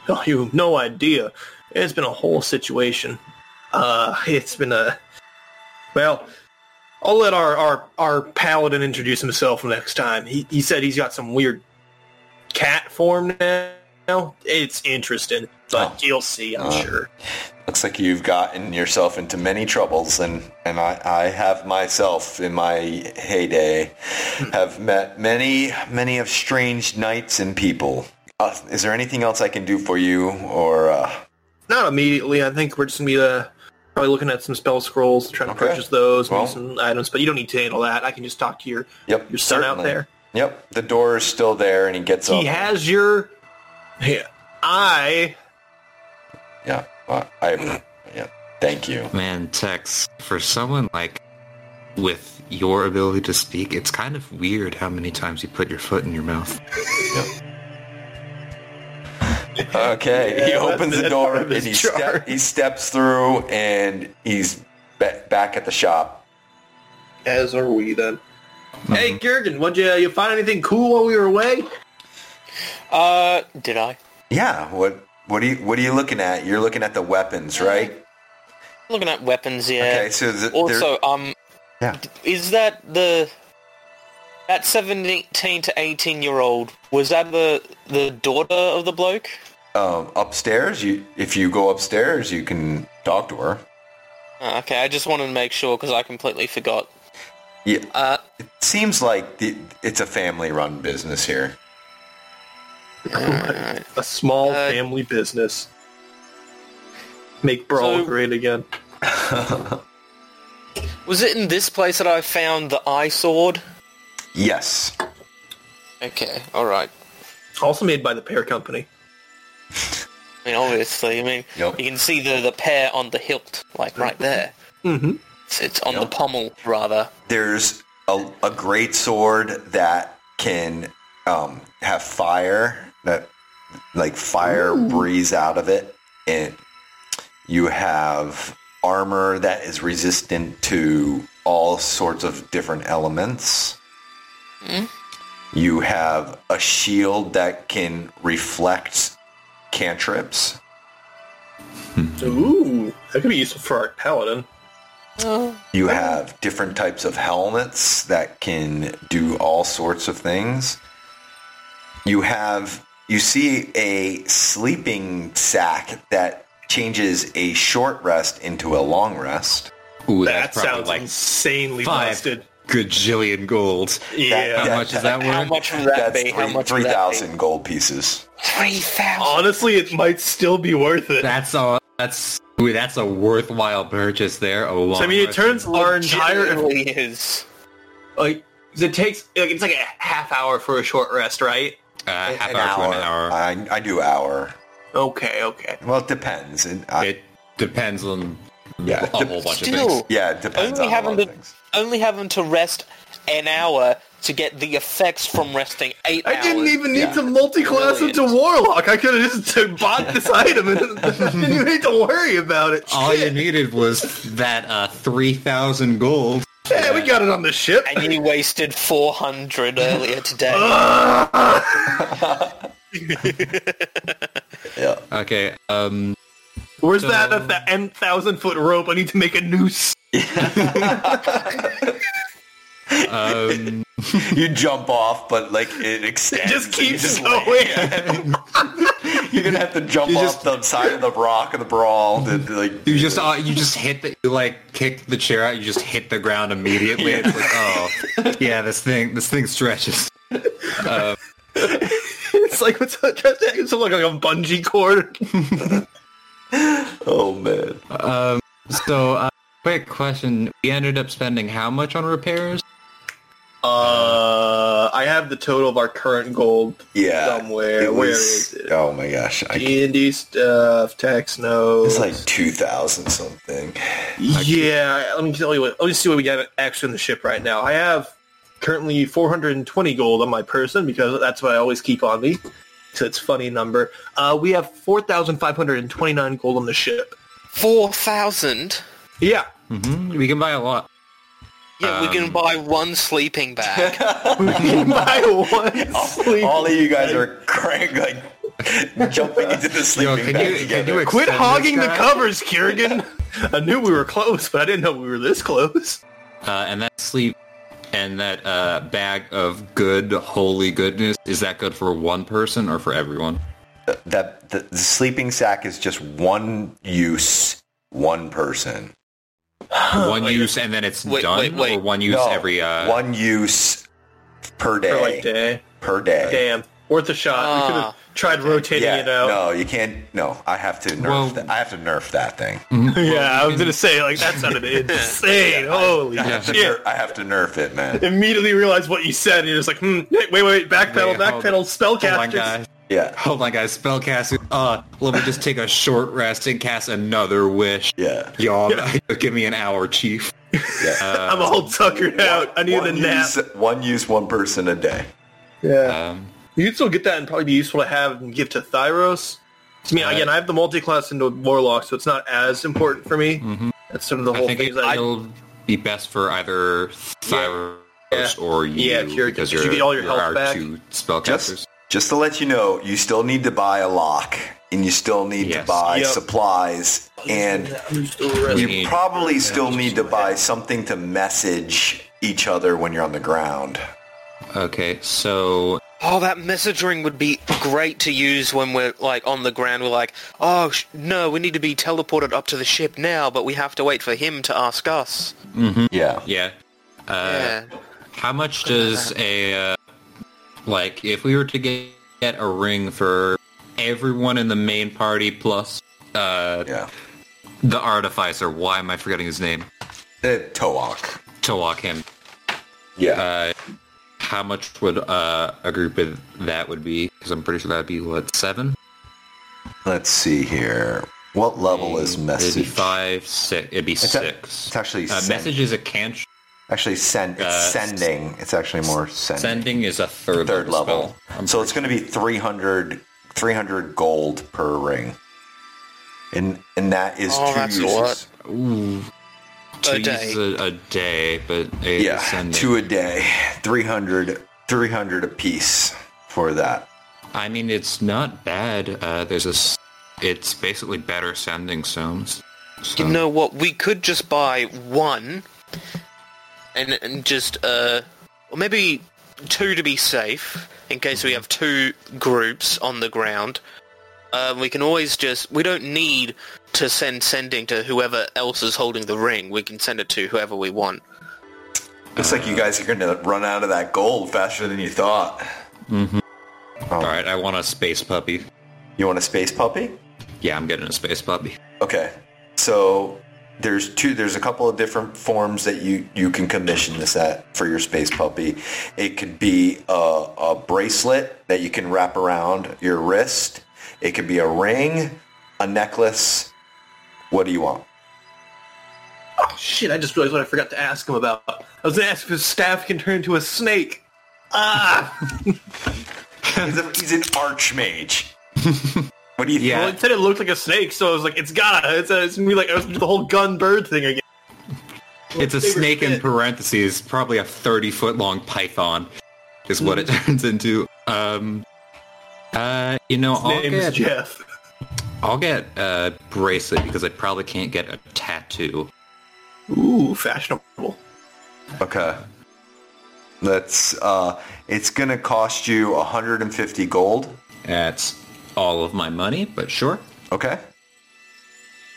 S3: oh, you have no idea. It's been a whole situation. Uh, it's been a well. I'll let our our our paladin introduce himself next time. He he said he's got some weird cat form now. It's interesting, but
S1: Oh.
S3: you'll see. I'm sure.
S1: Looks like you've gotten yourself into many troubles, and, and I, I have myself in my heyday
S3: Hmm.
S1: have met many, many of strange knights and people. Uh, is there anything else I can do for you, or uh,
S3: Not immediately. I think we're just gonna be uh, probably looking at some spell scrolls, trying
S1: Okay.
S3: to purchase those,
S1: Well-
S3: maybe some items. But you don't need to handle that. I can just talk to your
S1: yep,
S3: your son out
S1: certainly.
S3: there.
S1: Yep, the door is still there, and he gets up.
S3: He has your yeah, eye.
S1: Yeah, uh, I. Yeah, thank you.
S4: Man, Tex, for someone like with your ability to speak, it's kind of weird how many times you put your foot in your mouth.
S1: Okay, he
S3: Yeah,
S1: opens
S3: that's-
S1: the door
S3: that's part of
S1: and
S3: his
S1: he, step,
S3: charm.
S1: he steps through, and he's ba- back at the shop.
S3: As are we then.
S4: Mm-hmm.
S3: Hey, Gergen, would you you find anything cool while we were away?
S5: Uh, did I?
S1: Yeah, what what are you what are you looking at? You're looking at the weapons, right?
S5: Looking at weapons, yeah.
S1: Okay, so the,
S5: also, um,
S1: Yeah.
S5: d- is that the that seventeen to eighteen year old was that the the daughter of the bloke?
S1: there- um, upstairs. You if you go upstairs, you can talk to her.
S5: Uh, okay, I just wanted to make sure because I completely forgot.
S1: Yeah,
S5: Uh,
S1: it seems like the, it's a family-run business here.
S3: A small
S5: Uh,
S3: family business. Make Brawl
S5: So-
S3: great again.
S5: was it in this place that I found the eye sword?
S1: Yes.
S5: Okay, all right.
S3: Also made by the Pear Company.
S5: I mean, obviously, I mean,
S1: Yep.
S5: you can see the the pair on the hilt, like right there.
S3: Mm-hmm.
S5: It's, it's on the pommel, rather.
S1: there's a, a great sword that can um, have fire that like fire breathes out of it and you have armor that is resistant to all sorts of different elements you have a shield that can reflect cantrips
S3: Ooh, that could be useful for our paladin.
S1: You have different types of helmets that can do all sorts of things. You have you see a sleeping sack that changes a short rest into a long rest.
S4: Ooh,
S3: That
S4: that's probably
S3: sounds
S4: like
S3: insanely
S4: five
S3: busted.
S4: gajillion gold.
S3: Yeah.
S4: How much is that
S5: How
S4: worth?
S5: much would that
S1: That's
S5: be? How
S1: three-
S5: much would that be?
S1: 3,000 gold pieces.
S5: Three thousand.
S3: Honestly, it might still be worth it.
S4: That's a that's ooh, that's a worthwhile purchase there. A long
S3: So, I mean, it
S4: rest.
S3: turns our entire
S5: Legitimately is.
S3: like 'cause it takes like it's like a half hour for a short rest, right?
S4: uh, half hour, to an hour.
S1: I, I do hour.
S3: Okay, okay.
S1: Well, it depends. It, I,
S4: it depends on
S1: Yeah.
S4: a whole bunch of things.
S5: Still,
S1: yeah, it depends
S5: only
S1: on a lot
S5: having
S1: of
S5: to
S1: things.
S5: only having to rest an hour to get the effects from resting eight
S3: I
S5: hours.
S3: didn't even need
S1: yeah.
S3: to multi-class
S5: Brilliant.
S3: into warlock. I could have just bought this item and didn't even need to worry about it.
S4: All you
S3: Shit.
S4: needed was that uh, three thousand gold.
S3: Hey, we got it on the ship.
S5: And you wasted four hundred earlier today.
S1: Yeah.
S4: Okay, um,
S3: Where's that uh, that n thousand foot rope? I need to make a noose.
S4: um,
S1: You jump off, but like it extends.
S3: Just
S1: and you
S3: keeps
S1: just land.
S3: going.
S1: You're gonna have to jump
S4: You
S1: off the side of the rock of the brawl to like.
S4: you just uh, you just hit the you like kick the chair out. You just hit the ground immediately. It's like oh yeah, this thing this thing stretches.
S3: It's like what's it's like a bungee cord.
S1: Oh man!
S4: So uh, quick question: We ended up spending how much on repairs?
S3: Uh, I have the total of our current gold
S1: Yeah.
S3: somewhere.
S1: it
S3: Where
S1: was-
S3: is it?
S1: Oh my gosh! I, can't-
S3: D&D stuff, tax notes.
S1: it's like two thousand something.
S3: yeah, let me tell you what. Let me see what we got extra in the ship right now. I have currently 420 gold on my person because that's what I always keep on me. So it's a funny number. Uh, we have 4,529 gold on the ship.
S5: Four thousand.
S3: Yeah,
S4: Mm-hmm. We can buy a lot.
S5: Yeah, we
S1: Um,
S5: can buy one sleeping bag.
S3: buy one sleep.
S1: All of you guys are crank like jumping into the
S4: Yo,
S1: sleeping
S4: can
S1: bag
S4: you, can
S1: together.
S4: you
S3: Quit
S4: extend
S3: hogging
S4: this
S3: the
S4: guy?
S3: covers, Kurgan. I knew we were close, but I didn't know we were this close.
S4: Uh, and that sleep and that uh, bag of good, holy goodness, is that good for one person or for everyone?
S1: that the, the sleeping sack is just one use, one person.
S4: One use and then it's
S5: Wait,
S4: done?
S5: wait, wait.
S4: Or one use
S1: No,
S4: every... Uh,
S1: one use per day.
S3: For like, day.
S1: per day.
S3: damn, worth a shot. we could
S5: Ah.
S3: have tried rotating
S1: Yeah,
S3: it out.
S1: no, you can't. No, I have to nerf.
S6: Well-
S1: that. I have to nerf that thing.
S3: yeah, I was gonna say like that sounded insane. Holy shit!
S1: I have to nerf it, man.
S3: Immediately realized what you said. And you're just like, hmm, wait, wait, wait, backpedal,
S4: Wait, hold-
S3: backpedal,
S4: Hold on, Oh
S3: spellcasters.
S4: guys.
S1: Yeah,
S4: Hold on, guys. Spellcasting. Uh, let me just take a short rest and cast another wish.
S1: yeah,
S4: Y'all,
S3: Yeah.
S4: give me an hour, chief.
S1: yeah.
S3: I'm all tuckered Uh, out. I need a
S1: one
S3: nap.
S1: use, one use, one person a day.
S3: Yeah,
S4: Um,
S3: you can still get that and probably be useful to have and give to Thyros. To me, again, I have the multi-class into Warlock, so it's not as important for me. That's sort of the
S4: Mm-hmm. I
S3: whole
S4: think
S3: thing.
S4: it,
S3: is I,
S4: will be best for either Cyrus
S3: Yeah.
S4: or you.
S3: Yeah, if you're-
S4: because
S3: if you
S4: you're-
S3: get all your
S4: you
S3: health
S4: are
S3: back.
S4: two spellcasters.
S1: Just, just to let you know, you still need to buy a lock, and you still need to
S4: Yes.
S1: buy
S3: Yep.
S1: supplies, and
S4: We
S1: you
S4: need-
S1: probably still need to buy something to message each other when you're on the ground.
S4: okay, so
S5: Oh, that message ring would be great to use when we're like on the ground. We're like, oh sh- no, we need to be teleported up to the ship now, but we have to wait for him to ask us.
S1: Yeah,
S4: yeah,
S5: yeah.
S4: how much does a uh, like if we were to get, get a ring for everyone in the main party plus uh,
S1: yeah.
S4: the artificer? Why am I forgetting his name?
S1: Uh, Toak.
S4: To walk him.
S1: Yeah.
S4: Uh, how much would uh, a group of that would be? Because I'm pretty sure that'd be what seven.
S1: Let's see here. What level is
S4: It'd be
S1: message?
S4: five, six. It'd be
S1: a-
S4: six.
S1: it's actually
S4: uh,
S1: send-
S4: message is a cantrip.
S1: Actually, send. It's
S4: Uh,
S1: sending. It's actually more sending.
S4: Sending is a third,
S1: Third level.
S4: spell. Um,
S1: So it's going to be 300, 300 gold per ring. And and that is
S5: Oh,
S1: two
S5: that's a
S1: uses.
S5: lot.
S4: two
S5: a day.
S4: uses A, a day, but a
S1: Yeah,
S4: sending.
S1: two a day. 300, 300 a piece for that.
S4: I mean, it's not bad. Uh, there's a. s- It's basically better sending stones. So,
S5: You know what? We could just buy one, and and just uh, or maybe two to be safe in case we have two groups on the ground. Uh, we can always just we don't need to send sending to whoever else is holding the ring. We can send it to whoever we want.
S1: Looks
S4: Uh,
S1: like you guys are going to run out of that gold faster than you thought.
S4: mm-hmm.
S1: Oh,
S4: all right, I want a space puppy.
S1: You want a space puppy?
S4: Yeah, I'm getting a space puppy.
S1: Okay. So there's two there's a couple of different forms that you you can commission this at for your space puppy. It could be a, a bracelet that you can wrap around your wrist. It could be a ring, a necklace. What do you want?
S3: oh shit! I just realized what I forgot to ask him about. I was gonna ask if his staff can turn into a snake.
S1: He's, a, he's an archmage. what do you
S4: Yeah.
S3: Well, it said it looked like a snake, so I was like, it's gotta. It's, a, it's gonna be like I was gonna do the whole gun bird thing again.
S4: It's a snake in parentheses, probably a 30 foot long python, is what it
S3: Hmm.
S4: turns into. Um, uh, you know, I'll
S3: Name's
S4: get,
S3: Jeff.
S4: I'll get a bracelet because I probably can't get a tattoo.
S3: Ooh, fashionable.
S1: think? Okay. That's uh it's gonna cost you 150 gold.
S4: That's all of my money, but sure.
S1: Okay.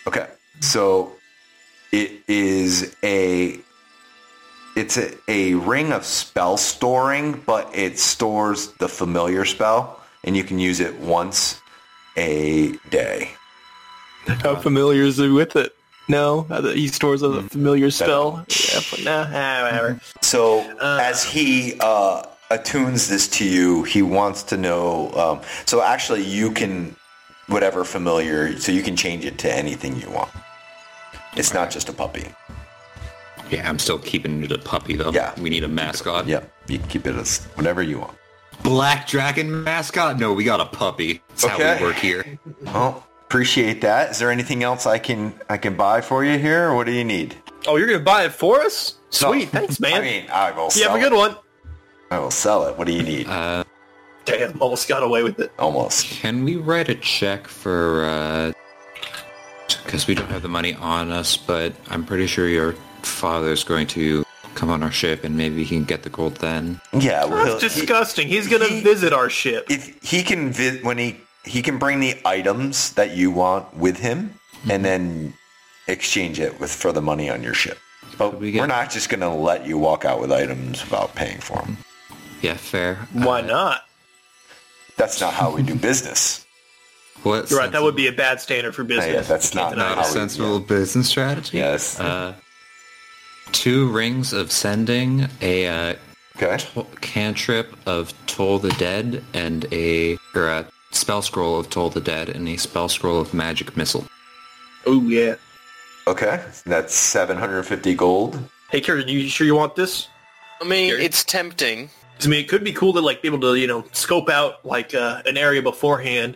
S1: Okay. So it is a it's a, a ring of spell storing, but it stores the familiar spell and you can use it once a day.
S3: How familiar is he with it? No, he stores a
S1: Hmm.
S3: familiar spell. Yeah, but nah, ah, whatever.
S1: So as he uh, attunes this to you, he wants to know. Um, so actually, you can whatever familiar. So you can change it to anything you want. It's not just a puppy.
S4: Yeah, I'm still keeping it a puppy though.
S1: Yeah.
S4: we need a mascot.
S1: Yep, you can keep it as whatever you want.
S4: Black dragon mascot? No, we got a puppy. That's how
S1: Okay.
S4: we work here.
S1: Well, appreciate that. Is there anything else I can I can buy for you here? Or what do you need?
S3: Oh, you're gonna buy it for us?
S1: So-
S3: Sweet, thanks, man.
S1: I mean, I will.
S3: you
S1: Sell
S3: have a good
S1: It.
S3: one.
S4: Uh,
S1: I will sell it. What do you need?
S3: Damn, almost got away with it.
S1: Almost.
S4: Can we write a check for, because we don't have the money on us, but I'm pretty sure your father's going to come on our ship and maybe he can get the gold then.
S1: Yeah.
S3: That's disgusting. He's gonna
S1: he-
S3: visit our ship.
S1: if he can vi- when he he can bring the items that you want with him
S4: Mm-hmm.
S1: and then exchange it with for the money on your ship but
S4: Could we
S1: we
S4: get-
S1: are not just going to let you walk out with items without paying for them
S4: Yeah, fair.
S3: Why
S4: Uh,
S3: not?
S1: that's not how we do business
S4: well, that's
S3: You're right. That
S4: sensible.
S3: would be a bad standard for
S1: Oh, yeah,
S3: business.
S1: that's not,
S4: not a
S1: how we
S4: sensible business strategy.
S1: Yes.
S4: Uh, two rings of sending, a uh,
S1: okay
S4: to- cantrip of Toll the Dead, and a or a spell scroll of Toll the Dead, and a spell scroll of Magic Missile.
S3: Oh yeah.
S1: okay that's 750 gold
S3: Hey, Karen, you sure you want this?
S5: I mean, it's tempting.
S3: 'Cause, I mean, it could be cool to like be able to you know scope out like uh, an area beforehand,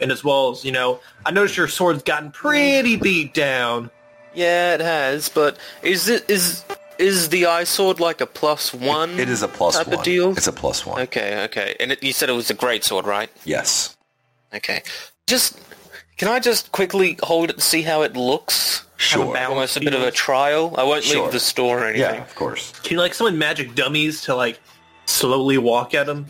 S3: and as well as you know, I noticed your sword's gotten pretty beat down.
S5: Yeah, it has, but is it is is the eye sword like a plus one?
S1: it is a plus
S5: type
S1: one
S5: of deal.
S1: it's a plus one
S5: okay, okay, and it, you said it was a great sword, right?
S1: yes
S5: Okay, just can I just quickly hold it, see how it looks?
S1: Sure.
S5: Have a balance, almost a bit of a trial. I won't
S1: Sure.
S5: leave the store or anything.
S1: yeah of course
S3: Can you like summon magic dummies to like slowly walk at them?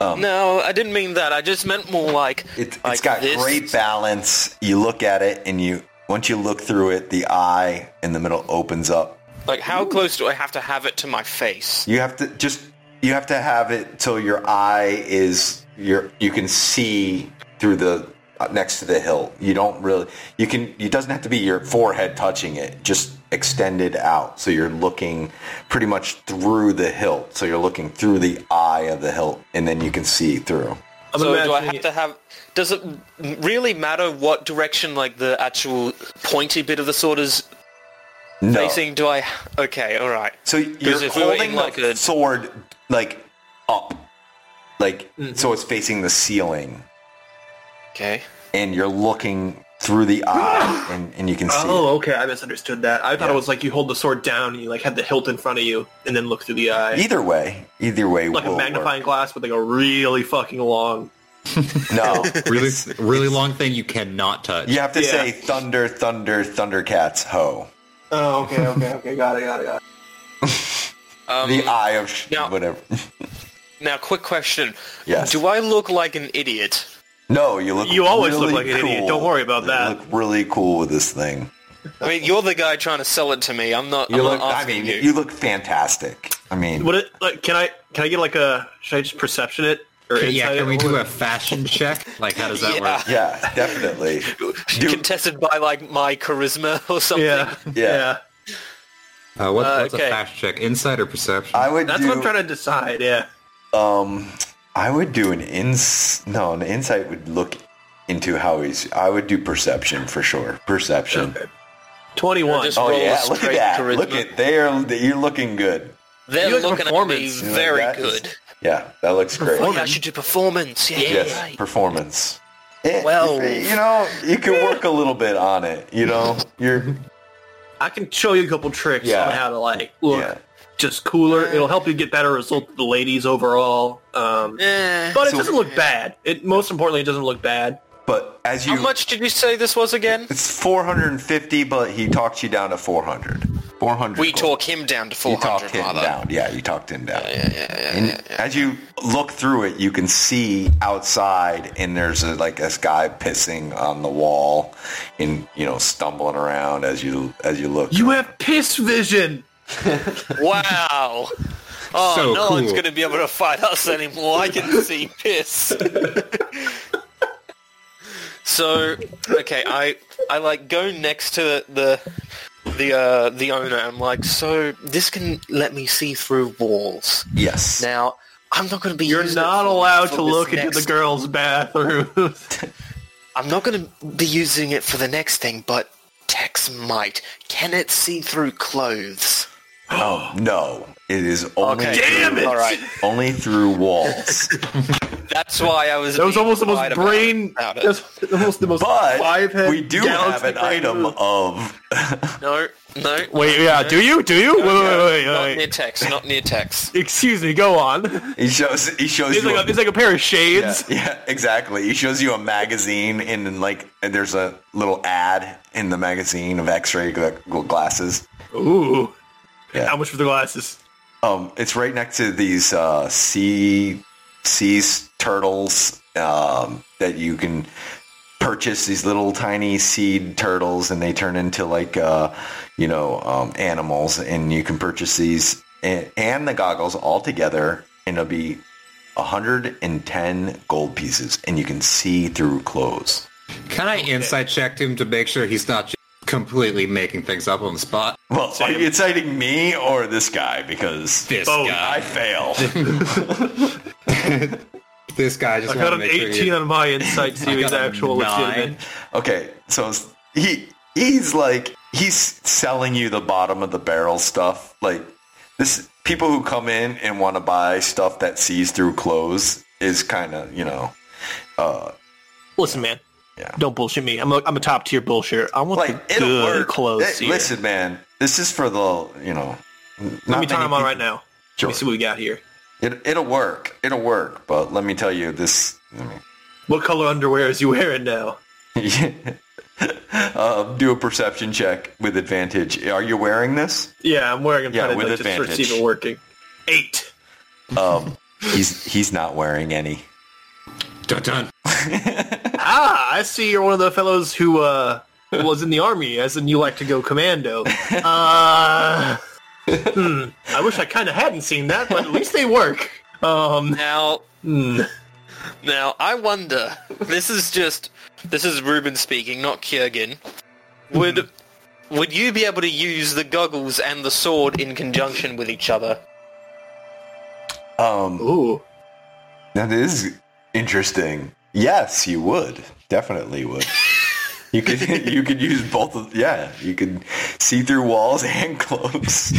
S5: No, I didn't mean that. I just meant more like
S1: um, It, it's
S5: like
S1: got
S5: this.
S1: great balance. You look at it, and you once you look through it, the eye in the middle opens up.
S5: Like how close do I have to have it to my face?
S1: You have to just you have to have it till your eye is your you can see through the uh, next to the hilt. You don't really you can it doesn't have to be your forehead touching it. Just extended out, so you're looking pretty much through the hilt. So you're looking through the eye of the hilt, and then you can see through.
S3: I'm
S5: so do I
S3: imagining
S5: have
S3: it-
S5: to have? Does it really matter what direction like the actual pointy bit of the sword is
S1: No.
S5: facing? Do I? Okay, all right.
S1: So you're
S5: if we were
S1: holding
S5: in,
S1: the
S5: like, a-
S1: sword like up, like
S5: Mm-hmm.
S1: so it's facing the ceiling,
S5: Okay.
S1: and you're looking through the eye, and, and you can see. it.
S3: Ah! Oh, okay. I misunderstood that. I thought it was like you hold the sword down and you like have the hilt in front of you, and then look through the eye,
S1: Either way, either way,
S3: like
S1: will
S3: a
S1: work.
S3: magnifying glass, but like a really fucking long.
S1: No,
S4: Really, really long thing you cannot touch.
S1: you have to
S3: Yeah.
S1: say thunder, thunder, thundercats, ho.
S3: Oh, okay, okay, okay. Got it, got it, got it.
S5: Um,
S1: The eye of sh-
S5: now-
S1: whatever.
S5: now, quick question.
S1: Yes.
S5: Do I look like an idiot?
S1: No, you look.
S3: You always look
S1: really
S3: like an idiot.
S1: cool.
S3: Don't worry about
S1: You
S3: that.
S1: look really cool with this thing.
S5: I mean, you're the guy trying to sell it to me. I'm not.
S1: You
S5: I'm
S1: look.
S5: Not
S1: I
S5: asking
S1: mean,
S5: you.
S1: you. look fantastic. I mean,
S3: What? It, like, can I? Can I get like a? Should I just perception it or
S4: Okay,
S3: insight?
S4: yeah,
S3: it?
S4: can we
S3: What-
S4: do a fashion check? Like, how does that work?
S1: yeah, definitely. Dude,
S5: contested by like my charisma or something.
S3: Yeah, yeah.
S4: Uh, what,
S5: Uh,
S4: what's
S5: okay.
S4: a fashion check? Insight or perception?
S1: I would.
S3: That's
S1: do,
S3: what I'm trying to decide. Yeah.
S1: Um, I would do an ins. No, an insight would look into how he's. I would do perception for sure. Perception.
S3: Okay. Twenty-one.
S5: Just
S1: Oh
S5: roll a
S1: yeah, look at
S5: straight
S1: that.
S5: charisma.
S1: Look at there. You're looking good.
S5: They're
S3: You look
S5: looking at me
S3: performance.
S1: You know,
S5: very
S1: that is-
S5: good.
S1: yeah, that looks great.
S5: Like, I should do performance. Yeah.
S1: Yes,
S5: right.
S1: performance. Eh,
S5: Well-
S1: you know, you can work a little bit on it. You know, you're
S3: I can show you a couple tricks
S1: Yeah.
S3: on how to like look
S1: Yeah.
S3: just cooler. It'll help you get better results with the ladies overall. Um,
S5: Eh.
S3: but it
S1: So-
S3: doesn't look bad. It most importantly, it doesn't look bad.
S1: but as you
S5: How much did you say this was again?
S1: it's 450 but he talked you down to 400 400
S5: We
S1: gold.
S5: talk him down to
S1: You
S5: 400,
S1: talked him
S5: rather.
S1: down. Yeah, you talked him down. and as you look through it, you can see outside, and there's a, like this guy pissing on the wall, and you know stumbling around as you as you look.
S3: You have piss vision.
S5: Wow. Oh,
S4: So
S5: no one's
S4: cool.
S5: going to be able to fight us anymore. I can see piss. so, okay, I I like go next to the the the, uh, the owner. I'm like, so this can let me see through walls.
S1: yes,
S5: Now, I'm not going to be.
S3: You're
S5: using it
S3: not
S5: for-
S3: allowed
S5: for
S3: to
S5: this
S3: look into
S5: next-
S3: the girls' bathrooms.
S5: I'm not going to be using it for the next thing, but Tex might. Can it see through clothes?
S1: Oh no, it is only
S5: Okay.
S7: Damn it!
S5: All right.
S1: only through walls.
S5: That's why I was.
S7: That was
S5: being
S7: almost the most
S5: quiet about-
S7: brain.
S5: about it.
S7: That's almost the most five
S1: But
S7: head.
S1: we do have an item of
S5: No, no.
S3: Wait, yeah, do you? Do you? Wait, wait, wait,
S5: Not
S3: wait,
S5: near
S3: wait.
S5: text. Not near text.
S3: Excuse me, go on.
S1: he shows he shows
S3: It's
S1: you
S3: like, a,
S1: a,
S3: it's like a pair of
S1: yeah,
S3: shades.
S1: yeah, exactly. He shows you a magazine and then like and there's a little ad in the magazine of X-ray gl- glasses.
S3: Ooh.
S1: Yeah.
S3: How much for the glasses?
S1: Um, it's right next to these uh, sea sea s- turtles um, that you can purchase these little tiny seed turtles, and they turn into like uh, you know um, animals, and you can purchase these and, and the goggles all together, and it'll be. 110 gold pieces and you can see through clothes.
S4: Can I insight check him to make sure he's not just completely making things up on the spot?
S1: Well, are you citing me or this guy? Because
S4: This
S3: Oh,
S1: I
S4: guy.
S1: fail.
S4: This guy
S3: I
S4: just wanted
S3: got
S4: to
S3: an
S4: make sure
S3: 18
S4: he-
S3: on my insight to see
S4: I
S3: if
S4: got
S3: he's
S4: a
S3: actual legitimate.
S4: nine.
S1: Okay, so s- he he's like he's selling you the bottom of the barrel stuff. Like this, people who come in and want to buy stuff that sees through clothes is kind of you know
S3: Listen, man.
S1: Yeah.
S3: Don't bullshit me. I'm a, I'm a top tier bullshitter. I want
S1: like
S3: the
S1: it'll
S3: good
S1: work.
S3: clothes.
S1: Hey,
S3: here.
S1: listen, man, this is for the you know.
S3: let me turn him on right now. Let me see what we got here.
S1: It, it'll work. It'll work. But let me tell you, this I mean,
S3: What color underwear is you wearing now?
S1: um, do a perception check with advantage. Are you wearing this?
S3: Yeah, I'm wearing them
S1: Yeah,
S3: kind
S1: with
S3: of like, just for see
S1: advantage.
S3: if it working. Eight.
S1: Um, he's he's not wearing any.
S4: Dun, dun.
S3: Ah, I see you're one of the fellows who uh, was in the army, as in you like to go commando. Uh, hmm, I wish I kind of hadn't seen that, but at least they work. Um,
S5: Now,
S1: Hmm.
S5: now I wonder. This is just. This is Ruben speaking, not Kiergan. Would would you be able to use the goggles and the sword in conjunction with each other?
S1: Um,
S3: ooh,
S1: That is interesting. Yes, you would. Definitely would. You could you could use both of yeah, you could see through walls and clothes.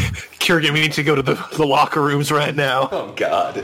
S3: Kurgan, we need to go to the, the locker rooms right now.
S1: Oh god.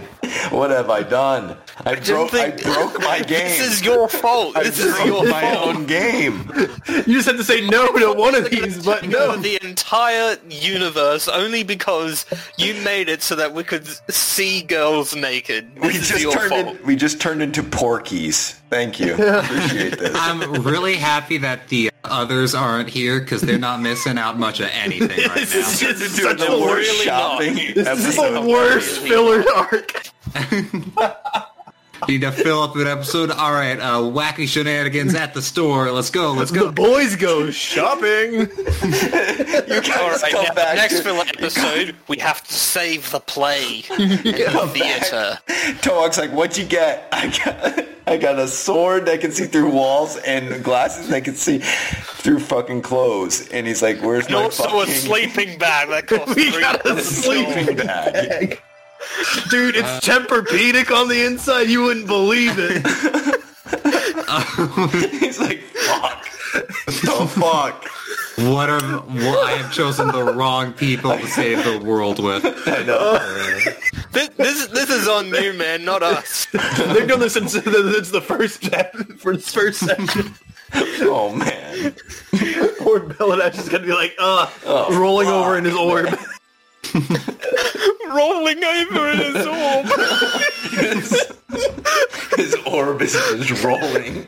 S1: What have I done? I broke I broke my game.
S5: This is your fault.
S1: I
S5: This is
S1: broke
S5: your
S1: my
S5: fault.
S1: own game.
S3: You just have to say no to one of these, but
S5: No,
S3: no.
S5: the entire universe only because you made it so that we could see girls naked. This
S1: We
S5: is
S1: just
S5: your
S1: turned
S5: fault.
S1: in, we just turned into porkies. Thank you. Appreciate this.
S4: I'm really happy that the others aren't here because they're not missing out much of anything right
S3: This
S4: now.
S3: is just
S1: Dude,
S3: such
S1: the
S3: a
S1: worst
S3: worst,
S1: shopping
S3: this is
S1: episode.
S3: the worst filler arc.
S4: Need to fill up an episode. All right, uh, wacky shenanigans at the store. Let's go. Let's
S3: The
S4: go.
S3: boys go shopping.
S1: You guys
S5: Alright,
S1: come
S5: now,
S1: back
S5: next
S1: to-
S5: filler episode, we have to save the play and the theatre.
S1: Toak's like, what'd you get? I got, I got a sword that can see through walls and glasses that can see through fucking clothes. And he's like, where's my
S5: Also a
S1: fucking
S5: sleeping bag that costs
S3: We
S5: three
S3: got a
S5: dollars.
S3: sleeping
S1: bag?
S3: Dude, it's Tempur-Pedic on the inside. You wouldn't believe it.
S1: He's like, fuck. The fuck.
S4: What are what, I have chosen the wrong people to save the world with.
S5: This, this, this is on you, man, not us.
S3: They've done this since, since the first step, for this first session.
S1: Oh, man.
S3: Poor Beladash is gonna be like, uh, rolling over in his orb.
S5: Rolling over in his orb.
S1: His orb is just rolling.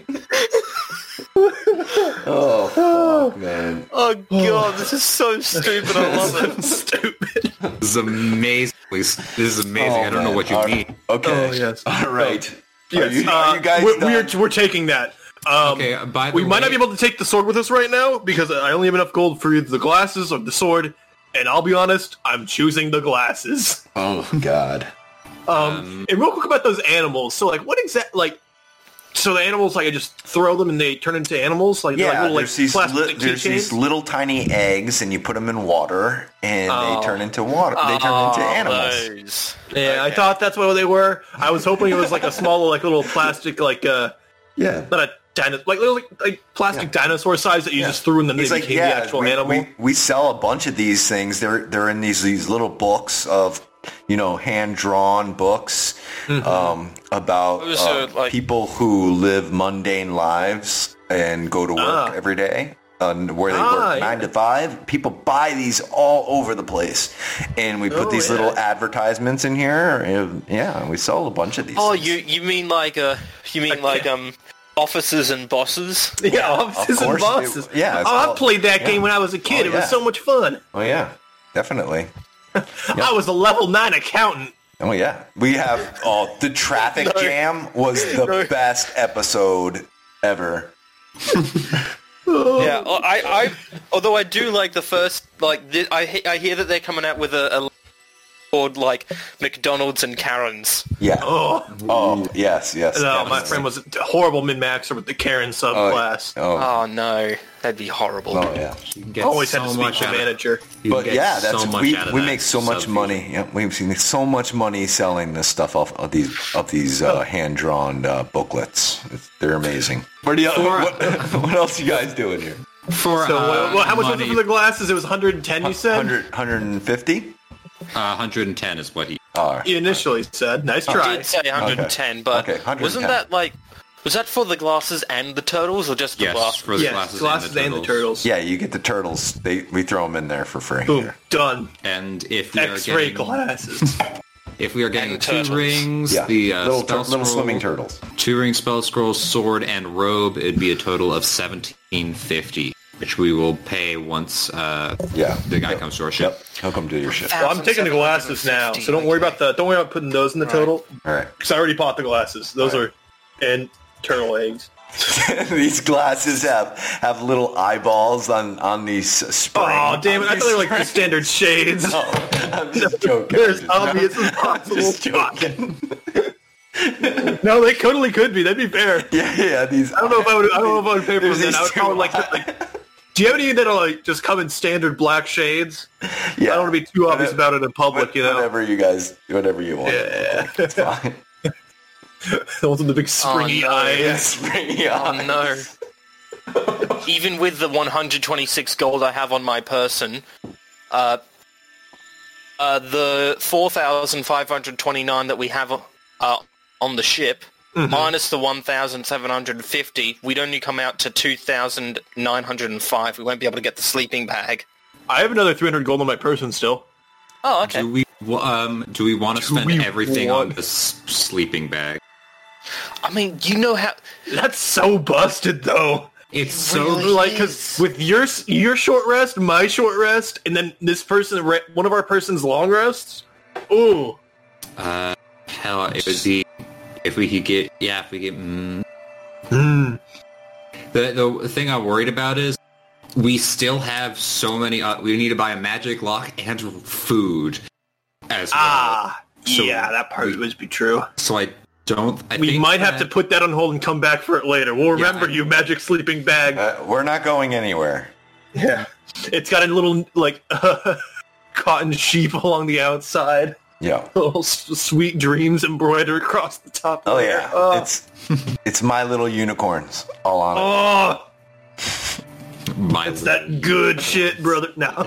S1: Oh, fuck, man.
S5: Oh god, this is so stupid. I love it.
S3: Stupid.
S4: This is amazingly. This is amazing. I don't know what you
S1: Oh, All right.
S4: mean.
S1: Okay.
S3: Oh, yes.
S1: All right.
S3: Yes,
S1: you- are
S3: uh,
S1: you guys
S3: we're,
S1: done?
S3: we're, we're taking that. Um,
S4: Okay. uh, By the
S3: we
S4: way,
S3: might not be able to take the sword with us right now because I only have enough gold for either the glasses or the sword. And I'll be honest, I'm choosing the glasses.
S1: Oh, God.
S3: Um, and real quick about those animals. So, like, what exact like? So the animals, like, I just throw them and they turn into animals, like, they're like
S1: Yeah,
S3: little, like
S1: there's, these,
S3: plastic
S1: li- there's these
S3: keychains?
S1: little tiny eggs, and you put them in water, and
S3: Oh.
S1: they turn into water. They turn into animals.
S5: Those.
S3: Yeah, I thought that's what they were. I was hoping it was like a small, like little plastic, like uh,
S1: Yeah,
S3: not a dino- like little like plastic dinosaur size that you just threw and then
S1: He's
S3: they
S1: like,
S3: became the
S1: yeah,
S3: actual
S1: we,
S3: animal.
S1: we, we sell a bunch of these things. They're they're in these these little books of you know hand drawn books
S3: Mm-hmm.
S1: um, about
S5: Oh, so,
S1: uh,
S5: like-
S1: people who live mundane lives and go to work
S3: Ah.
S1: every day. Uh, where they
S3: Ah,
S1: work nine to five, people buy these all over the place, and we put
S3: Oh,
S1: these
S3: yeah.
S1: little advertisements in here. and, yeah, we sold a bunch of these.
S5: Oh,
S1: things.
S5: you you mean like uh you mean like um officers and bosses?
S3: yeah, offices and
S1: course it-
S3: bosses.
S1: yeah, it's
S3: oh, I
S1: all-
S3: played that
S1: yeah.
S3: game when I was a kid.
S1: Oh,
S3: It was
S1: yeah.
S3: so much fun.
S1: Oh yeah, definitely.
S3: I was a level nine accountant.
S1: Oh yeah, we have. Oh, the traffic jam was the best episode ever.
S5: Yeah, oh, I, I although I do like the first like th- I he- I hear that they're coming out with a, a called like McDonald's and Karens.
S1: Yeah. Oh,
S3: Oh,
S1: yes, yes.
S3: no,
S1: yes.
S3: my friend was a horrible min maxer with the Karen subclass.
S1: Oh,
S5: Oh no, that'd be horrible.
S1: oh yeah.
S4: You can get
S3: Always
S4: so
S3: had to
S4: much
S3: speak to
S4: out
S3: the
S4: of-
S3: manager.
S4: you can
S1: But
S4: get
S1: yeah, that's
S4: so much
S1: we,
S4: out of
S1: we
S4: that
S1: make so much
S4: subfusion.
S1: money. Yeah, we've seen so much money selling this stuff off of these of these uh, hand drawn uh, booklets. It's, they're amazing. What, do you, what, what else you guys doing here?
S4: For
S3: So,
S4: uh,
S3: well, well, how much was
S4: money,
S3: it for the glasses? It was 110. You said
S1: 100, 150?
S4: uh, 110 is what he.
S3: you initially said. Nice
S5: I
S3: try.
S5: did say 110, but
S1: Okay, 110.
S5: wasn't that like was that for the glasses and the turtles or just the
S4: Yes,
S5: glasses?
S4: for the
S3: yes,
S4: glasses,
S3: and, the turtles.
S1: Yeah, you get the turtles. They we throw them in there for free.
S3: Boom. Done.
S4: And if we are
S3: X-ray
S4: getting,
S3: glasses.
S4: if we are getting
S5: And
S4: two
S5: turtles.
S4: rings,
S1: Yeah,
S4: the uh,
S1: little,
S4: spell
S1: tur- little
S4: scroll-
S1: swimming turtles.
S4: two ring spell scroll, sword, and robe, it'd be a total of 1750, which we will pay once uh,
S1: Yeah.
S4: the guy comes to our ship.
S1: Yep. He'll come do your ship.
S3: well, I'm taking the glasses now, so don't worry about the don't worry about putting those in the total
S1: All right.
S3: because I already bought the glasses. Those are and turtle eggs.
S1: these glasses have have little eyeballs on on these springs.
S3: Oh damn it! I thought they were like the standard shades.
S1: I'm just joking.
S3: They're as
S1: I'm
S3: obvious as possible.
S1: just joking.
S3: No, they totally could be. That'd be fair.
S1: yeah, yeah. These.
S3: I don't know if I would. I don't know if I would pay for
S1: There's
S3: them. then. I would
S1: these two
S3: probably like, to, like. Do you have any that are like just come in standard black shades?
S1: Yeah.
S3: I don't want to be too obvious
S1: Whatever-
S3: about it in public, you know.
S1: Whatever you guys, whatever you want. Yeah. It's fine.
S3: The ones with the big springy
S5: no.
S3: eyes.
S1: Springy
S5: Oh
S1: eyes.
S5: no. Even with the 126 gold I have on my person, uh, uh, the 4,529 that we have uh, on the ship, minus the 1,750, we'd only come out to 2,905. We won't be able to get the sleeping bag.
S3: I have another 300 gold on my person still.
S5: Oh, okay.
S4: Do we um, do we want to spend
S3: we
S4: everything
S3: want-
S4: on this sleeping bag?
S5: I mean, you know how...
S3: That's so busted though.
S4: It's so
S3: So like, cause with your your short rest, my short rest, and then this person, re- one of our person's long rests. Ooh,
S4: hell. It would be if we could get yeah, if we get. Mm,
S3: Hmm.
S4: The the thing I'm worried about is we still have so many. Uh, we need to buy a magic lock and food as well.
S3: ah,
S4: So
S3: yeah, that part
S4: we-
S3: would be true.
S4: So I don't. I
S3: We
S4: think
S3: might have
S4: that-
S3: to put that on hold and come back for it later. We'll remember
S4: I-
S3: you, magic sleeping bag.
S1: Uh, we're not going anywhere.
S3: yeah, it's got a little like cotton sheep along the outside,
S1: Yeah.
S3: little s- sweet dreams embroidered across the top.
S1: Oh
S3: layer.
S1: yeah.
S3: Oh.
S1: It's it's my little unicorns all on it.
S3: oh,
S4: My
S3: it's that good shit, brother. Now.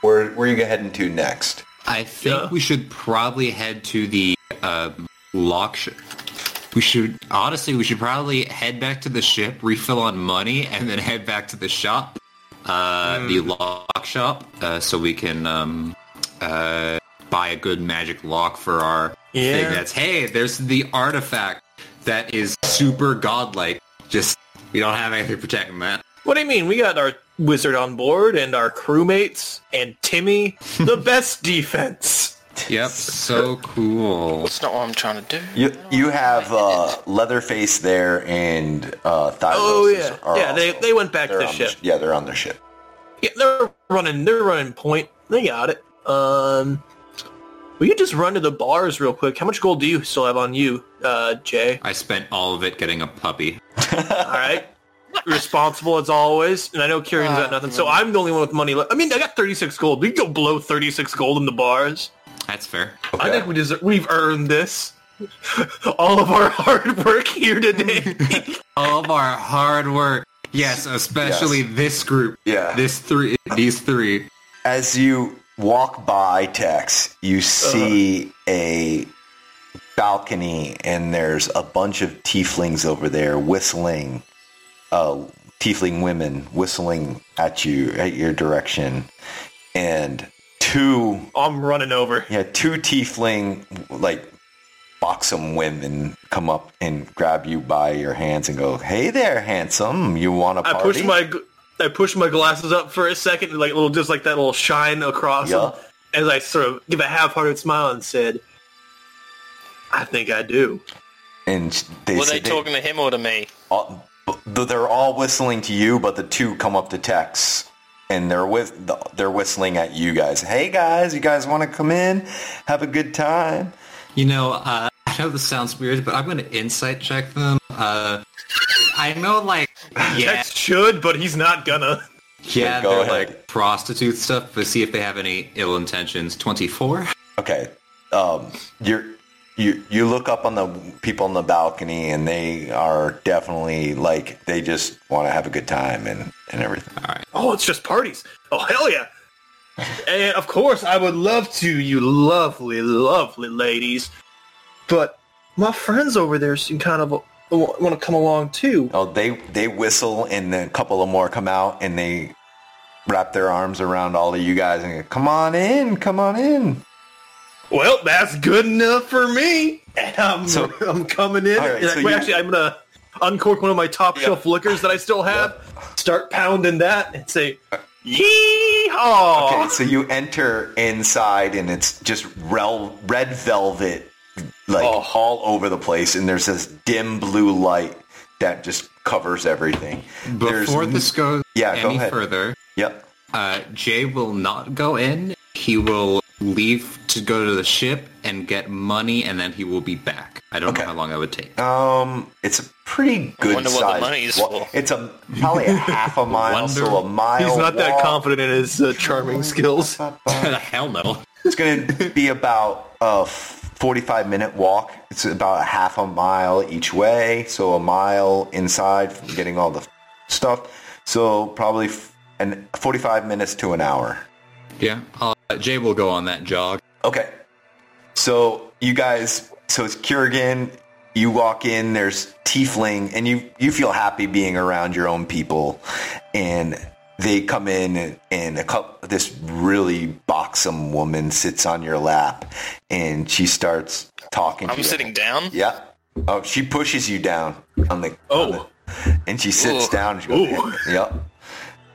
S1: Where where are you heading to next?
S4: I think
S3: Yeah.
S4: we should probably head to the uh, lock. Sh- we should honestly, we should probably head back to the ship, refill on money, and then head back to the shop, uh, the
S3: Hmm.
S4: lock shop, uh, so we can um, uh, buy a good magic lock for our
S3: Yeah.
S4: thing. That's hey, there's the artifact that is super godlike. Just we don't have anything protecting that.
S3: What do you mean? We got our wizard on board and our crewmates and Timmy. the best defense.
S4: Yep, so cool.
S5: That's not what I'm trying to do.
S1: You you have uh, Leatherface there and uh, Thyros.
S3: Oh yeah,
S1: are
S3: yeah. They,
S1: also-
S3: they went back to
S1: they're
S3: the
S1: on
S3: ship.
S1: sh- yeah, they're on their ship.
S3: yeah, they're running. They're running point. They got it. Um, we could just run to the bars real quick. How much gold do you still have on you, uh, Jay?
S4: I spent all of it getting a puppy.
S3: All right. Responsible as always, and I know Kieran's got nothing, so I'm the only one with money left. I mean, I got 36 gold. We can go blow 36 gold in the bars.
S4: That's fair.
S3: I think we deserve. We've earned this. all of our hard work here today.
S4: All of our hard work. Yes, especially this group.
S1: Yeah.
S4: This three these three.
S1: As you walk by Tex, you
S3: Uh-huh.
S1: see a balcony, and there's a bunch of tieflings over there whistling, uh, tiefling women whistling at you at your direction, and two
S3: I'm running over.
S1: yeah two tiefling like buxom women come up and grab you by your hands and go, "Hey there, handsome, you want a
S3: I
S1: party?"
S3: push my gl- I push my glasses up for a second, like little, just like that little shine across
S1: Yeah.
S3: them, as I sort of give a half-hearted smile and said, "I think I do."
S1: and they
S5: Were
S1: said
S5: they talking to him or to me?
S1: all, th- they're all whistling to you, but the two come up to Tex, and they're with they're whistling at you guys. Hey guys, you guys want to come in, have a good time?
S4: You know, uh, I know this sounds weird, but I'm gonna insight check them. Uh, I know like yeah,
S3: Tex should, but he's not gonna.
S4: yeah,
S1: Go
S4: they're
S1: ahead.
S4: like prostitute stuff, but see if they have any ill intentions. Twenty four.
S1: Okay, um, you're. You, you look up on the people on the balcony and they are definitely like they just want to have a good time and, and everything.
S3: Oh, it's just parties. Oh hell yeah! and of course, I would love to, you lovely, lovely ladies. But my friends over there seem kind of want to come along too.
S1: Oh, they they whistle and then a couple of more come out and they wrap their arms around all of you guys and go, come on in, come on in.
S3: Well, that's good enough for me. And I'm,
S1: So-
S3: I'm coming in.
S1: All right,
S3: and
S1: so
S3: wait,
S1: you-
S3: actually, I'm going to uncork one of my top shelf liquors that I still have, start pounding that, and say,
S1: Okay,
S3: Yeehaw!
S1: so you enter inside and it's just rel- red velvet like
S3: Oh.
S1: all over the place and there's this dim blue light that just covers everything. There's-
S4: Before this goes
S1: Yeah, go
S4: any
S1: ahead.
S4: further,
S1: Yep.
S4: uh, Jay will not go in. He will leave to go to the ship and get money, and then he will be back. I don't
S1: Okay.
S4: know how long that would take.
S1: Um it's a pretty good
S5: wonder what the
S1: size.
S5: money is for.
S1: It's a probably a half a mile so a mile.
S3: He's not that
S1: walk.
S3: confident in his uh, charming skills.
S4: Hell no.
S1: It's going to be about a 45 minute walk. It's about a half a mile each way. So a mile inside from getting all the stuff. So probably f- an 45 minutes to an hour.
S4: Yeah. Uh, Jay will go on that jog.
S1: Okay. So you guys, so it's Kurgan. You walk in, there's Tiefling, and you, you feel happy being around your own people. And they come in, and, and a cup, this really buxom woman sits on your lap, and she starts talking to
S5: I'm
S1: you.
S5: sitting down.
S1: Yeah. Oh, she pushes you down on the. on
S3: Oh.
S1: the- and she sits
S5: Ooh.
S1: down. She goes,
S3: Ooh.
S1: Yep.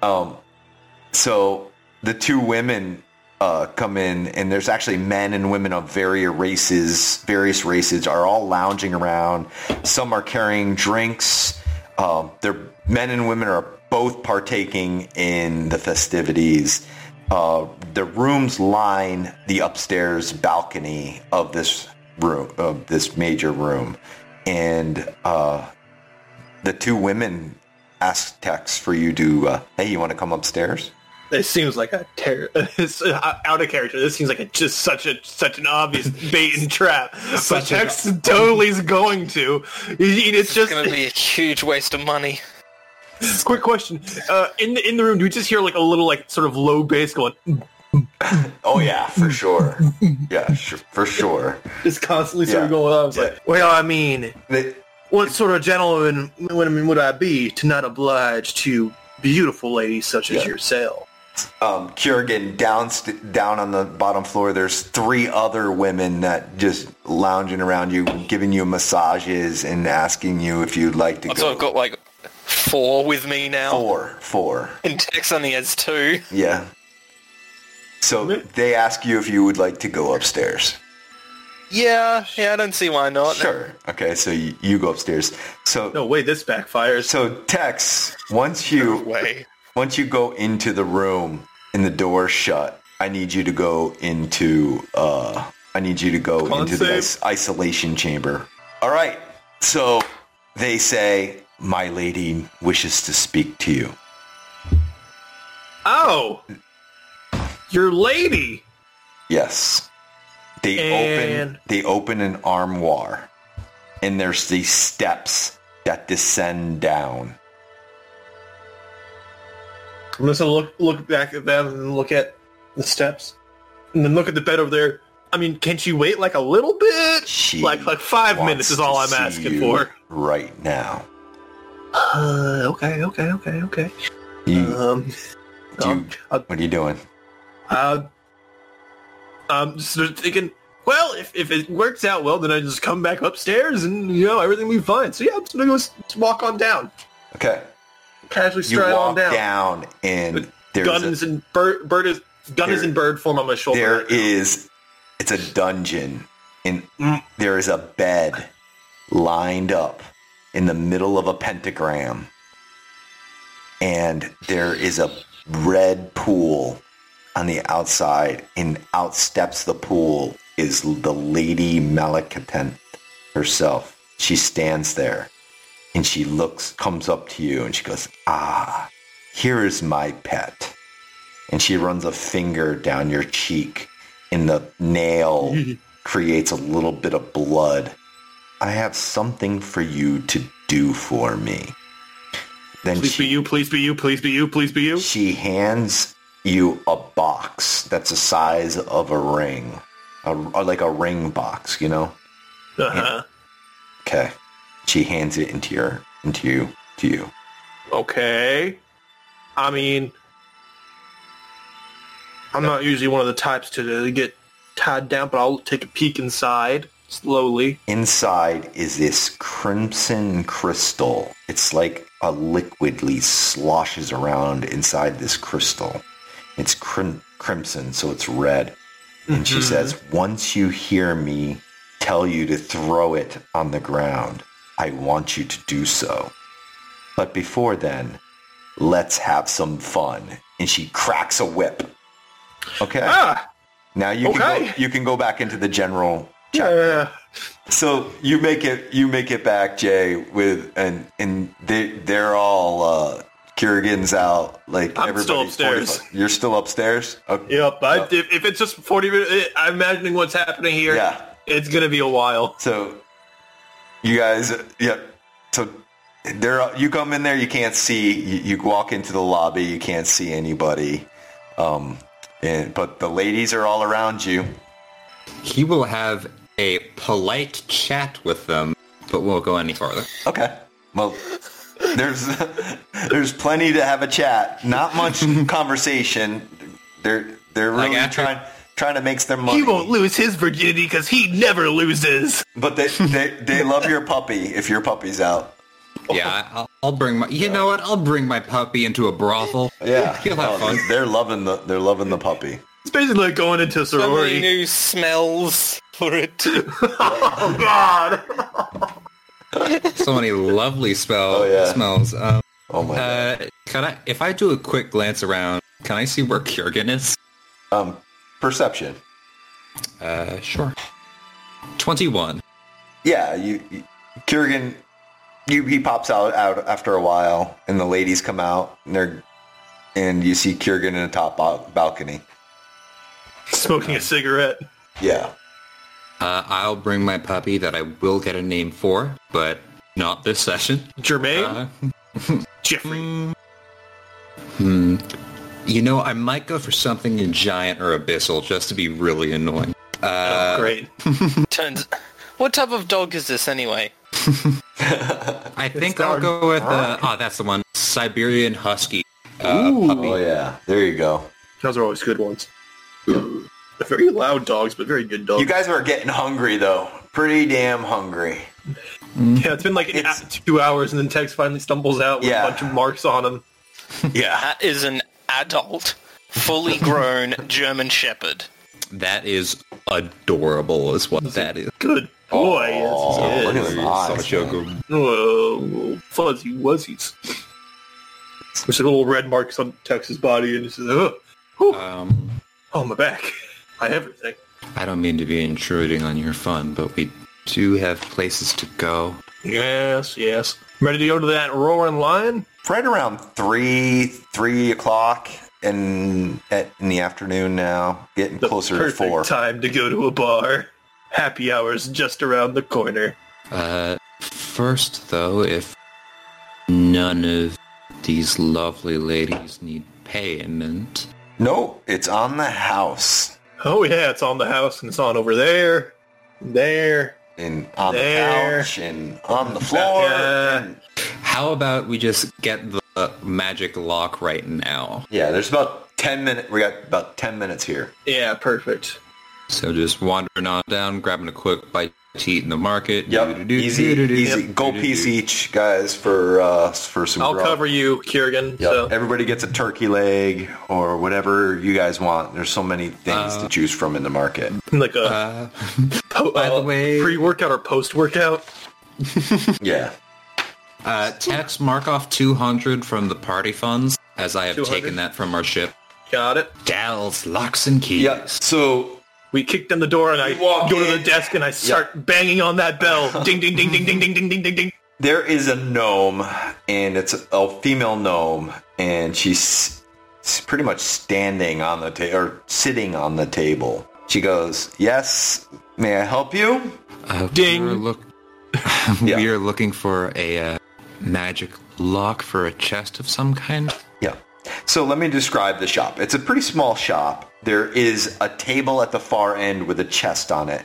S1: Um, so the two women uh, come in, and there's actually men and women of various races. Various races are all lounging around. Some are carrying drinks. Um, they're men and women are both partaking in the festivities. Uh, the rooms line the upstairs balcony of this room, of this major room, and uh, the two women asked Tex for you to, uh, hey, you want to come upstairs?
S3: This seems like a ter- it's uh, out of character. This seems like a, just such a such an obvious bait and trap. but
S4: an-
S3: Tex totally is going to. It- It's
S5: It's
S3: just
S5: going to be a huge waste of money.
S3: Quick question: uh, in the in the room, do we just hear like a little like sort of low bass going?
S1: Oh yeah, for sure. yeah, sure, for sure.
S3: It's constantly sort of
S1: Yeah.
S3: going on. It's like, well, I mean,
S1: They-
S3: what sort of gentleman woman would I be to not oblige to beautiful ladies such as
S1: Yeah.
S3: yourself?
S1: Um, Kurgan down st- down on the bottom floor. There's three other women that just lounging around you, giving you massages and asking you if you'd like to
S5: Oh, So
S1: go.
S5: I've got like four with me now.
S1: four, four.
S5: And Tex only has two.
S1: Yeah. So they ask you if you would like to go upstairs.
S5: Yeah, yeah, I don't see why not.
S1: Sure. Okay, so you, you go upstairs. So
S3: No way, this backfires.
S1: so Tex, once you
S5: Way.
S1: once you go into the room and the door shut, I need you to go into uh I need you to go
S3: Con
S1: into the
S3: save.
S1: is- isolation chamber. All right. So they say my lady wishes to speak to you.
S3: Oh, your lady.
S1: Yes. They
S3: And-
S1: open they open an armoire and there's these steps that descend down.
S3: I'm just gonna look look back at them and look at the steps, and then look at the bed over there. I mean, can she wait like a little bit?
S1: She
S3: like like five
S1: wants
S3: minutes is all
S1: to
S3: I'm
S1: see
S3: asking
S1: you
S3: for.
S1: right now.
S3: Uh, okay, okay, okay, okay.
S1: You,
S3: Um,
S1: do you-
S3: I'll-
S1: what are you doing?
S3: uh, I'm just sort of thinking. Well, if, if it works out well, then I just come back upstairs and you know everything will be fine. So yeah, I'm just gonna go s- walk on down,
S1: Okay,
S3: casually
S1: you
S3: stride on
S1: walk
S3: down.
S1: down, and
S3: With
S1: there's a-
S3: Guns and bird, bird is gun is
S1: There-
S3: in bird form on my shoulder.
S1: there
S3: right now.
S1: is it's a dungeon and there is a bed lined up in the middle of a pentagram and there is a red pool on the outside and out steps the pool is the lady malakatent herself she stands there and she looks comes up to you and she goes ah here is my pet and she runs a finger down your cheek and the nail creates a little bit of blood. I have something for you to do for me. Then
S3: Please be
S1: she,
S3: you, please be you, please be you, please be you.
S1: she hands you a box that's the size of a ring, a, like a ring box, you know?
S3: Uh-huh.
S1: Okay. She hands it into your into you to you.
S3: Okay. I mean, I'm not usually one of the types to get tied down, but I'll take a peek inside slowly.
S1: Inside is this crimson crystal. It's like a liquidly sloshes around inside this crystal. It's crim- crimson, so it's red. And she says, once you hear me tell you to throw it on the ground, I want you to do so. But before then, let's have some fun. And she cracks a whip. Okay.
S3: Ah,
S1: now you can
S3: okay.
S1: go, you can go back into the general
S3: yeah, yeah,
S1: so you make it you make it back, Jay, with and and they they're all uh Kerrigan's out like
S3: I'm
S1: everybody's
S3: still upstairs.
S1: 45 You're still upstairs? Okay.
S3: yeah. Yep. I, if, if it's just 40 minutes, eh, I'm imagining what's happening here.
S1: Yeah.
S3: It's going to be a while.
S1: So you guys yep. So there you come in there, you can't see you, you walk into the lobby, you can't see anybody. Um and but the ladies are all around you.
S4: He will have a polite chat with them, but won't go any farther.
S1: Okay. Well, there's there's plenty to have a chat. Not much conversation. They're they're really
S4: after-
S1: trying trying to make their money.
S3: He won't lose his virginity because he never loses.
S1: But they, they they love your puppy if your puppy's out.
S4: Yeah, I- I'll, I'll bring my. You know what? I'll bring my puppy into a brothel.
S1: Yeah.
S4: he'll have
S1: No,
S4: fun.
S1: Oh, they're loving the they're loving the puppy.
S3: It's basically like going into a
S5: Somebody
S3: sorority.
S5: who smells for it.
S3: Oh, God.
S4: So many lovely spell
S1: Oh, yeah.
S4: smells. Um,
S1: Oh my god.
S4: uh, can I? If I do a quick glance around, can I see where Kiergan is?
S1: Um perception.
S4: Uh, sure. Twenty-one.
S1: Yeah, you, you Kurgan you he pops out out after a while and the ladies come out and they're and you see Kurgan in a top bal- balcony.
S3: Smoking a cigarette.
S1: Yeah.
S4: Uh, I'll bring my puppy that I will get a name for, but not this session.
S3: Jermaine?
S4: Uh,
S3: Uh-huh.
S1: Mm,
S3: Jeffrey.
S4: you know, I might go for something in giant or abyssal just to be really annoying.
S3: Great.
S5: Turns. What type of dog is this anyway?
S4: I think I'll go with uh, oh, that's the one, Siberian Husky.
S1: Oh yeah. There you go.
S3: Those are always good ones. very loud dogs, but very good dogs.
S1: You guys are getting hungry though. Pretty damn hungry.
S3: yeah, it's been like an
S1: It's-
S3: hour- two hours, and then Tex finally stumbles out with
S1: Yeah.
S3: a bunch of marks on him.
S1: Yeah.
S5: That is an adult, fully grown German Shepherd.
S4: That is adorable, is what that is.
S3: Good boy. yes,
S1: look
S3: he
S1: at
S3: is.
S1: his eyes.
S4: Such a good-
S3: Whoa, uh, fuzzy wuzzies. There's little red marks on Tex's body, and he says, oh,
S4: Um,
S3: oh, my back. I have everything.
S4: I don't mean to be intruding on your fun, but we do have places to go.
S3: Yes, yes. Ready to go to that roaring lion?
S1: Right around three, three o'clock, in at, in the afternoon now, getting
S3: The
S1: closer to
S3: perfect
S1: four.
S3: time to go to a bar. Happy hours just around the corner.
S4: Uh, first, though, if none of these lovely ladies need payment,
S1: No, it's on the house
S3: Oh yeah, it's on the house and it's on over there, there.
S1: and on
S3: There.
S1: the couch and on the floor.
S3: Yeah.
S1: and-
S4: how about we just get the magic lock right now?
S1: yeah, there's about ten minutes. We got about ten minutes here.
S3: Yeah, perfect.
S4: So just wandering on down, grabbing a quick bite to eat in the market.
S1: Yep,
S4: Do-do-do,
S1: easy,
S4: do-do-do.
S1: easy.
S4: Yep.
S1: Gold piece each, guys, for uh, for some.
S3: I'll
S1: grub.
S3: cover you, Kiergan.
S1: Yep.
S3: So
S1: Everybody gets a turkey leg or whatever you guys want. There's so many things to choose from in the market.
S3: like a
S4: Uh,
S3: po-
S4: by the
S3: uh,
S4: way-
S3: pre-workout or post-workout.
S1: Yeah.
S4: uh, tax mark off 200 from the party funds, as I have
S3: 200?
S4: taken that from our ship.
S3: Got it.
S4: Dal's locks and keys.
S1: Yeah. So
S3: We kick down the door and I
S1: walk
S3: go to
S1: in.
S3: the desk and I start banging on that bell. ding, ding, ding, ding, ding, ding, ding, ding, ding, ding.
S1: there is a gnome, and it's a female gnome, and she's s- pretty much standing on the table or sitting on the table. She goes, "Yes, may I help you?"
S4: Uh,
S3: Ding.
S4: We are, look-
S1: Yeah.
S4: we are looking for a uh, magic lock for a chest of some kind.
S1: Yeah. So let me describe the shop. It's a pretty small shop. There is a table at the far end with a chest on it.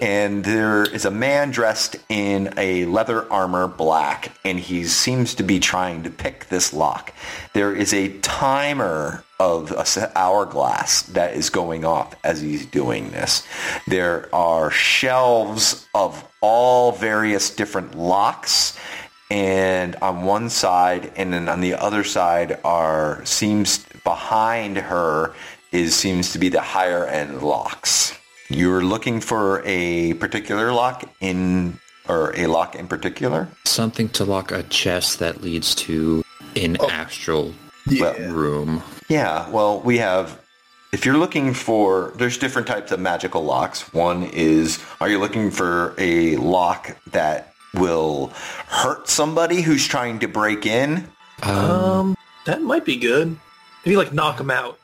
S1: And there is a man dressed in a leather armor black, and he seems to be trying to pick this lock. There is a timer of a s- hourglass that is going off as he's doing this. There are shelves of all various different locks and on one side and then on the other side are seems behind her is seems to be the higher end locks you're looking for a particular lock in or a lock in particular
S4: Something to lock a chest that leads to an astral
S1: Oh. yeah.
S4: room.
S1: Yeah, well, we have. If you're looking for, there's different types of magical locks. One is, are you looking for a lock that will hurt somebody who's trying to break in? Ah.
S3: Um, that might be good. Maybe like knock him out.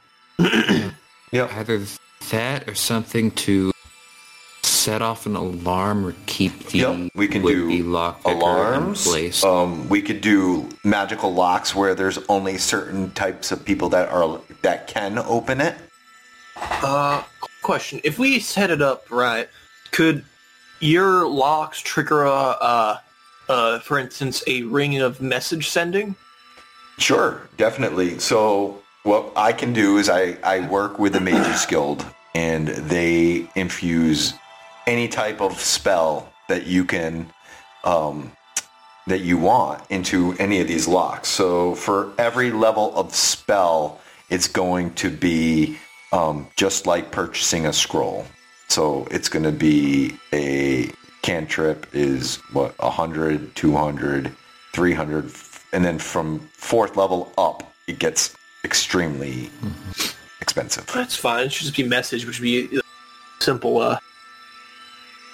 S1: Yep.
S4: Either that or something to set off an alarm or keep the
S1: Yep, we can
S4: would-be
S1: do
S4: lock picker in
S1: alarms.
S4: place.
S1: Um, we could do magical locks where there's only certain types of people that are that can open it.
S3: Uh, question: If we set it up right, could your locks trigger a, uh, uh, for instance, a ring of message sending?
S1: Sure, definitely. So what I can do is I, I work with the Mages Guild and they infuse any type of spell that you can um, that you want into any of these locks. So for every level of spell, it's going to be um, just like purchasing a scroll. So it's going to be a cantrip is what 100, 200, 300 f- and then from fourth level up it gets extremely expensive.
S3: That's fine. It should just be message, which would be a simple, uh,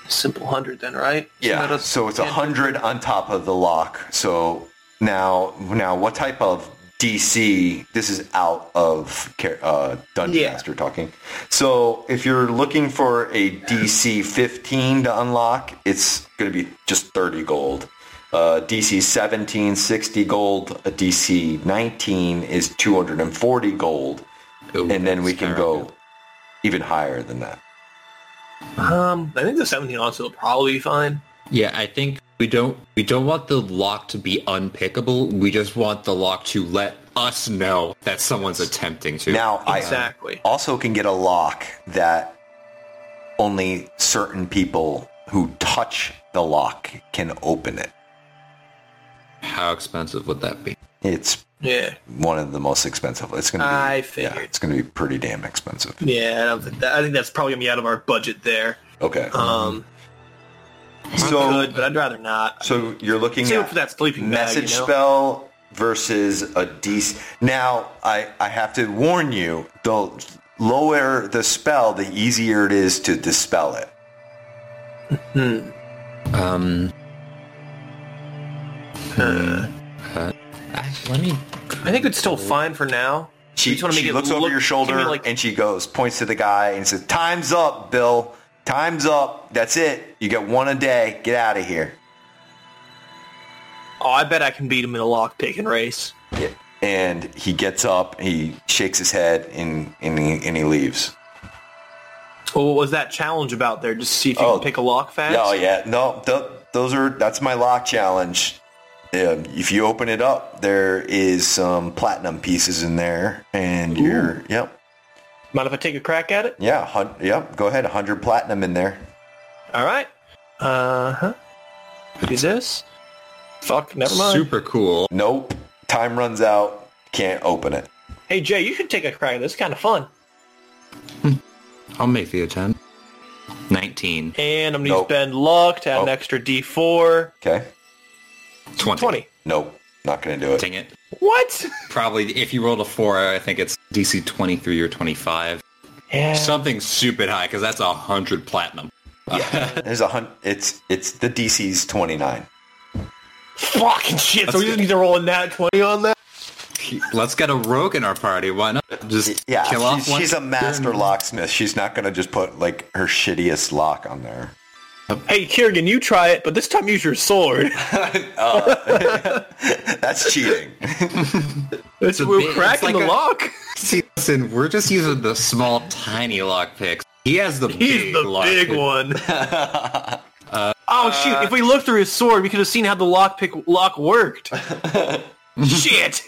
S3: simple hundred then, right? Isn't that
S1: Yeah.
S3: a-
S1: So it's a hundred on top of the lock. So now, now, what type of DC? This is out of ca- uh, Dungeon
S3: Yeah.
S1: Master talking. So if you're looking for a DC 15 to unlock, it's going to be just 30 gold. Uh, DC 17, 60 gold. A DC 19 is 240 gold.
S4: Ooh,
S1: and then we
S4: that's
S1: can
S4: terrible.
S1: go even higher than that.
S3: Um, I think the seventeen onset will probably be fine.
S4: Yeah, I think we don't we don't want the lock to be unpickable. We just want the lock to let us know that someone's attempting to.
S1: Now, I um,
S3: Exactly.
S1: also can get a lock that only certain people who touch the lock can open it.
S4: how expensive would that be?
S1: It's
S3: Yeah.
S1: one of the most expensive. It's going to be.
S3: I
S1: Yeah,
S3: figured.
S1: it's going to be pretty damn expensive.
S3: Yeah. I, don't think that, I think that's probably gonna be out of our budget there.
S1: Okay.
S3: Um,
S1: so,
S3: good, but I'd rather not.
S1: so you're looking
S3: Save it
S1: at
S3: for that sleeping bag,
S1: message
S3: you know?
S1: spell versus a DC. Now, I I have to warn you: the lower the spell, the easier it is to dispel it.
S4: Um. uh, uh, let me.
S3: I think it's still fine for now.
S1: She,
S3: just wanna make
S1: she
S3: it
S1: looks over
S3: look-
S1: your shoulder
S3: give me, like-
S1: and she goes, points to the guy and says, "Time's up, Bill. Time's up. That's it. You get one a day. Get out of here."
S3: Oh, I bet I can beat him in a lock pick and race.
S1: Yeah. And he gets up, he shakes his head, and and he, and he leaves.
S3: Well, what was that challenge about there? Just see if you
S1: Oh.
S3: can pick a lock fast.
S1: Oh yeah, no, th- those are that's my lock challenge. Um, if you open it up, there is some platinum pieces in there, and you're yep,
S3: Mind if I take a crack at it?
S1: yeah, hun- yep. Go ahead, hundred platinum in there.
S3: All right. Uh huh. Do this. Fuck. Never mind.
S4: Super cool.
S1: Nope, time runs out. Can't open it.
S3: Hey Jay, you should take a crack at this. Kind of fun.
S4: I'll make the attempt. 19.
S3: And I'm gonna
S1: Nope.
S3: use bend luck to add an
S1: Nope.
S3: extra D4.
S1: 'Kay?
S4: 20.
S3: Twenty.
S1: nope, not gonna do it.
S4: Dang it.
S3: What?
S4: Probably if you rolled a 4, I think it's DC 23 or 25.
S3: Yeah.
S4: Something stupid high because that's 100 platinum.
S1: There's a hun- It's it's the DC's twenty nine.
S3: Fucking shit. So we just need to roll a nat twenty on that.
S4: Let's get a rogue in our party. Why not? Just
S1: Yeah,
S4: kill off
S1: she's,
S4: one.
S1: she's a master locksmith. She's not gonna just put like her shittiest lock on there.
S3: Hey Kiergan, you try it, but this time use your sword.
S1: That's cheating.
S3: It's,
S4: a bit-
S3: we're
S4: it's
S3: cracking
S4: like
S3: the
S4: a-
S3: lock.
S4: See, listen, we're just using the small, tiny lock picks. He has the
S3: He's
S4: big
S3: the
S4: lock Uh,
S3: big
S4: pick.
S3: one. oh shoot! If we looked through his sword, we could have seen how the lockpick lock worked. Shit!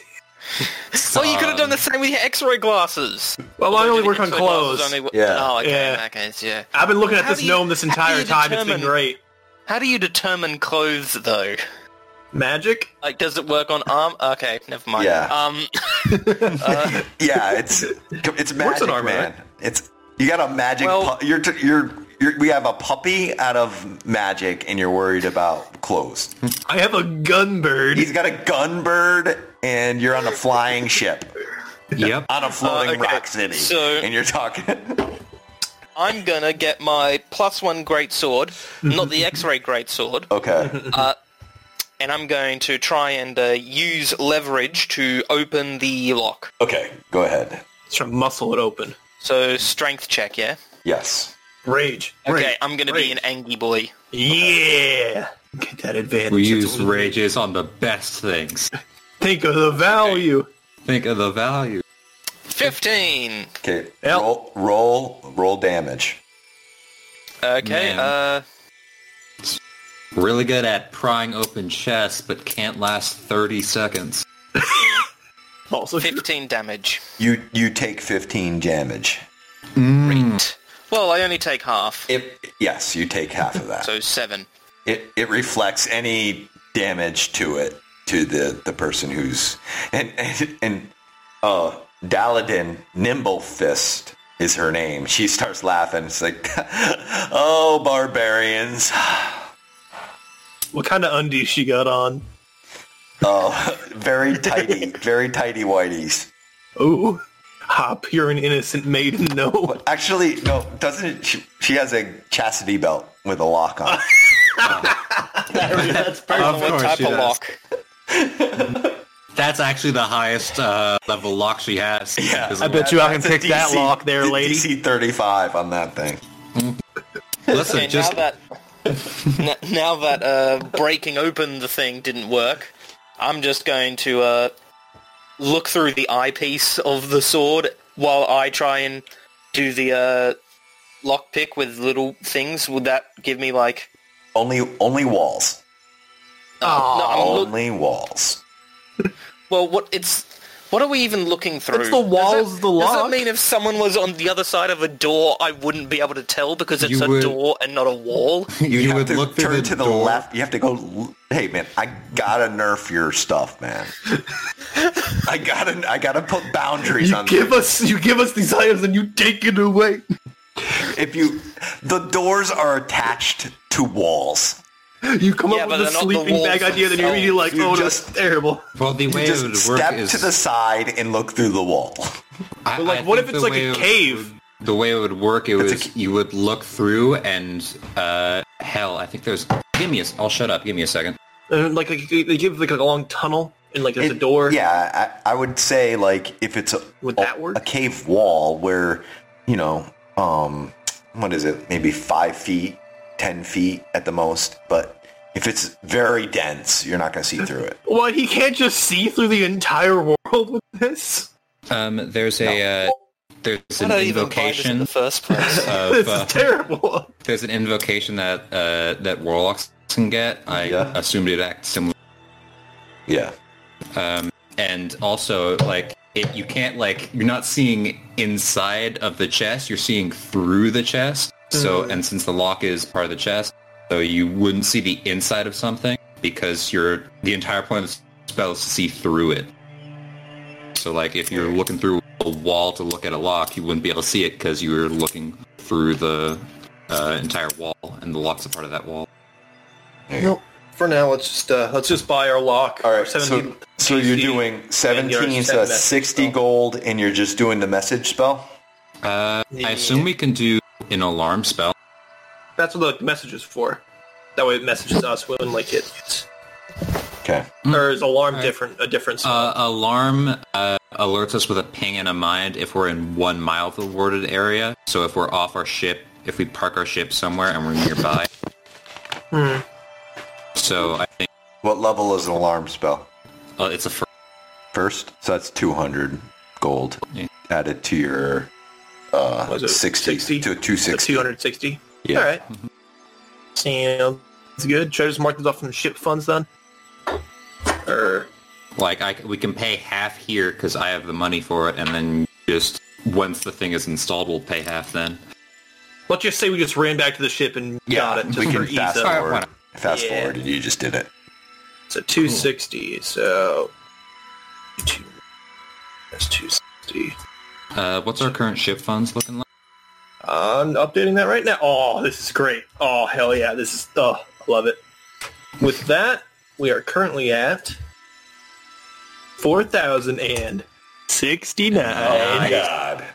S5: Oh, you could have done the same with your X-ray glasses.
S3: Well, I only work on
S5: X-ray glasses
S3: clothes.
S5: only-
S1: Yeah.
S5: Oh, okay.
S3: Yeah.
S5: In that case, yeah.
S3: I've been looking at
S5: How
S3: this
S5: do you-
S3: gnome this
S5: how do
S3: entire
S5: you
S3: time. It's been
S5: determine-
S3: great.
S5: How do you determine clothes, though?
S3: Magic?
S5: Like, does it work on arm? Okay, never mind.
S1: Yeah.
S5: Um,
S1: Yeah, it's it's
S3: Works in
S1: magic,
S3: armor,
S1: man.
S3: right?
S1: It's you got a magic.
S5: Well-
S1: pu- you're, t- you're you're we have a puppy out of magic, and you're worried about clothes.
S3: I have a gun bird.
S1: He's got a gun bird, and you're on a flying ship
S4: Yep.
S1: on a floating
S5: okay,
S1: rock city,
S5: so-
S1: and you're talking.
S5: I'm gonna get my plus one great sword, not the
S4: Mm-hmm.
S5: X-ray great sword,
S1: okay,
S5: and I'm going to try and uh, use leverage to open the lock.
S1: okay, go ahead.
S3: Try to muscle it open.
S5: So strength check, yeah.
S1: Yes,
S3: Rage.
S5: Okay,
S3: Rage.
S5: I'm gonna be an angry boy.
S3: Yeah. Get that advantage.
S4: We
S3: That's
S4: use
S3: what we-
S4: rages on the best things.
S3: Think of the value.
S4: Think of the value.
S5: Fifteen.
S1: okay.
S3: Yep.
S1: Roll, roll, roll damage.
S5: Okay.
S4: Man.
S5: Uh,
S4: Really good at prying open chests, but can't last 30 seconds.
S3: Also,
S5: fifteen damage.
S1: You you take 15 damage.
S5: Great. Well, I only take half,
S1: If yes, you take half of that.
S5: so seven.
S1: it, it reflects any damage to it to the, the person who's and and, and uh Daladin Nimble Fist is her name. She starts laughing. It's like, oh, barbarians!
S3: what kind of undies she got on?
S1: Oh, very tidy, very tidy whiteys.
S3: Ooh. Hop, you're an innocent maiden. No.
S1: Actually, no, doesn't it, she, she has a chastity belt with a lock on. it.
S3: That's
S4: Of
S5: What type of lock?
S4: That's actually the highest uh, level lock she has. Yeah,
S3: I bet you I can
S1: That's a
S3: pick that
S1: DC
S3: lock there, lady.
S1: DC thirty-five on that thing.
S4: Listen,
S5: Okay,
S4: just
S5: now that n- now that uh, breaking open the thing didn't work, I'm just going to uh, look through the eyepiece of the sword while I try and do the uh, lockpick with little things. Would that give me like?
S1: Only, only walls.
S5: No, I'm look-
S1: Only walls.
S5: well, what it's. What are we even looking through?
S3: the walls
S5: does
S3: of
S5: it,
S3: the
S5: Does
S3: lock.
S5: it mean if someone was on the other side of a door, I wouldn't be able to tell because it's
S4: You
S5: a
S4: would-
S5: door and not a wall?
S4: you,
S1: have
S4: would
S1: to
S4: look
S1: turn
S4: through the
S1: to the
S4: door.
S1: left. You have to go. l- Hey man, I gotta nerf your stuff, man. I gotta, I gotta put boundaries
S8: You
S1: on.
S8: give us you give us these items and you take it away.
S1: if you, the doors are attached to walls.
S8: You come
S5: Yeah,
S8: up
S5: but
S8: with a
S5: they're not the
S8: sleeping bag
S5: walls
S8: idea, then you're really like,
S1: You
S8: oh,
S1: just-
S8: that's terrible.
S4: Well, the way it
S1: Just
S4: would work
S1: step
S4: is
S1: to the side and look through the wall.
S4: I-
S3: But, like,
S4: I
S3: what
S4: think
S3: if it's
S4: the
S3: like a
S4: way it
S3: cave?
S4: would- the way it would work, it
S1: It's a
S4: was you would look through and uh, hell, I think there's. Give me a. I'll shut up. Give me a second.
S3: Uh, like, like they give like a long tunnel. and like there's a door.
S1: Yeah, I, I would say like if it's a, a-
S3: Would that work?
S1: a cave wall where you know um what is it maybe five feet, ten feet at the most, but if it's very dense, you're not going to see through it.
S3: What? He can't just see through the entire world with this.
S4: Um, there's a uh, there's
S5: I
S4: an
S5: don't even buy this in
S4: invocation
S5: the first place.
S4: of
S3: This
S4: uh,
S3: is terrible.
S4: there's an invocation that uh, that warlocks can get. I
S1: Yeah.
S4: assumed it acts similar,
S1: Yeah.
S4: and also like it, you can't like you're not seeing inside of the chest. You're seeing through the chest. So and since the lock is part of the chest, so you wouldn't see the inside of something because you're the entire point of the spell is to see through it. So like if you're looking through a wall to look at a lock, you wouldn't be able to see it because you were looking through the uh, entire wall, and the lock's a part of that wall.
S3: Nope. For now, let's just uh, let's just buy our lock.
S1: All right.
S3: Our 17
S1: So, so you're
S3: PC.
S1: doing 17, so
S3: sending
S1: that's
S3: that
S1: 60
S3: spell.
S1: gold, and you're just doing the message spell?
S4: Uh, I assume we can do an alarm spell.
S3: That's what the message is for. That way, it messages us when like it. It's,
S1: Okay.
S3: Or is alarm different? A different. spell?
S4: Hmm. Uh, alarm uh, alerts us with a ping and a mind if we're in one mile of the warded area. So if we're off our ship, if we park our ship somewhere and we're nearby. So I think
S1: What level is an alarm spell?
S4: uh, it's a fir-
S1: First? So that's 200 gold
S4: Yeah.
S1: added to your uh,
S3: Was it
S1: 60,
S3: 60?
S1: to
S3: That's
S1: 260.
S3: 260.
S1: Yeah. Mm-hmm.
S3: All right. Sounds good. Should I just mark these off from the ship funds then? Or
S4: like I, we can pay half here because I have the money for it, and then just once the thing is installed, we'll pay half then.
S3: let's just say we just ran back to the ship and got it just E
S1: we
S3: for
S1: can
S3: ease.
S1: fast
S3: of-
S4: Alright, why
S1: forward.
S4: not?
S1: Fast
S3: Yeah.
S1: forward, and you just did it.
S3: So 260. So two. That's 260.
S4: Uh, what's our current ship funds looking like?
S3: I'm updating that right now. Oh, this is great. Oh, hell yeah. This is, oh, I love it. With that, we are currently at 4,069.
S1: God.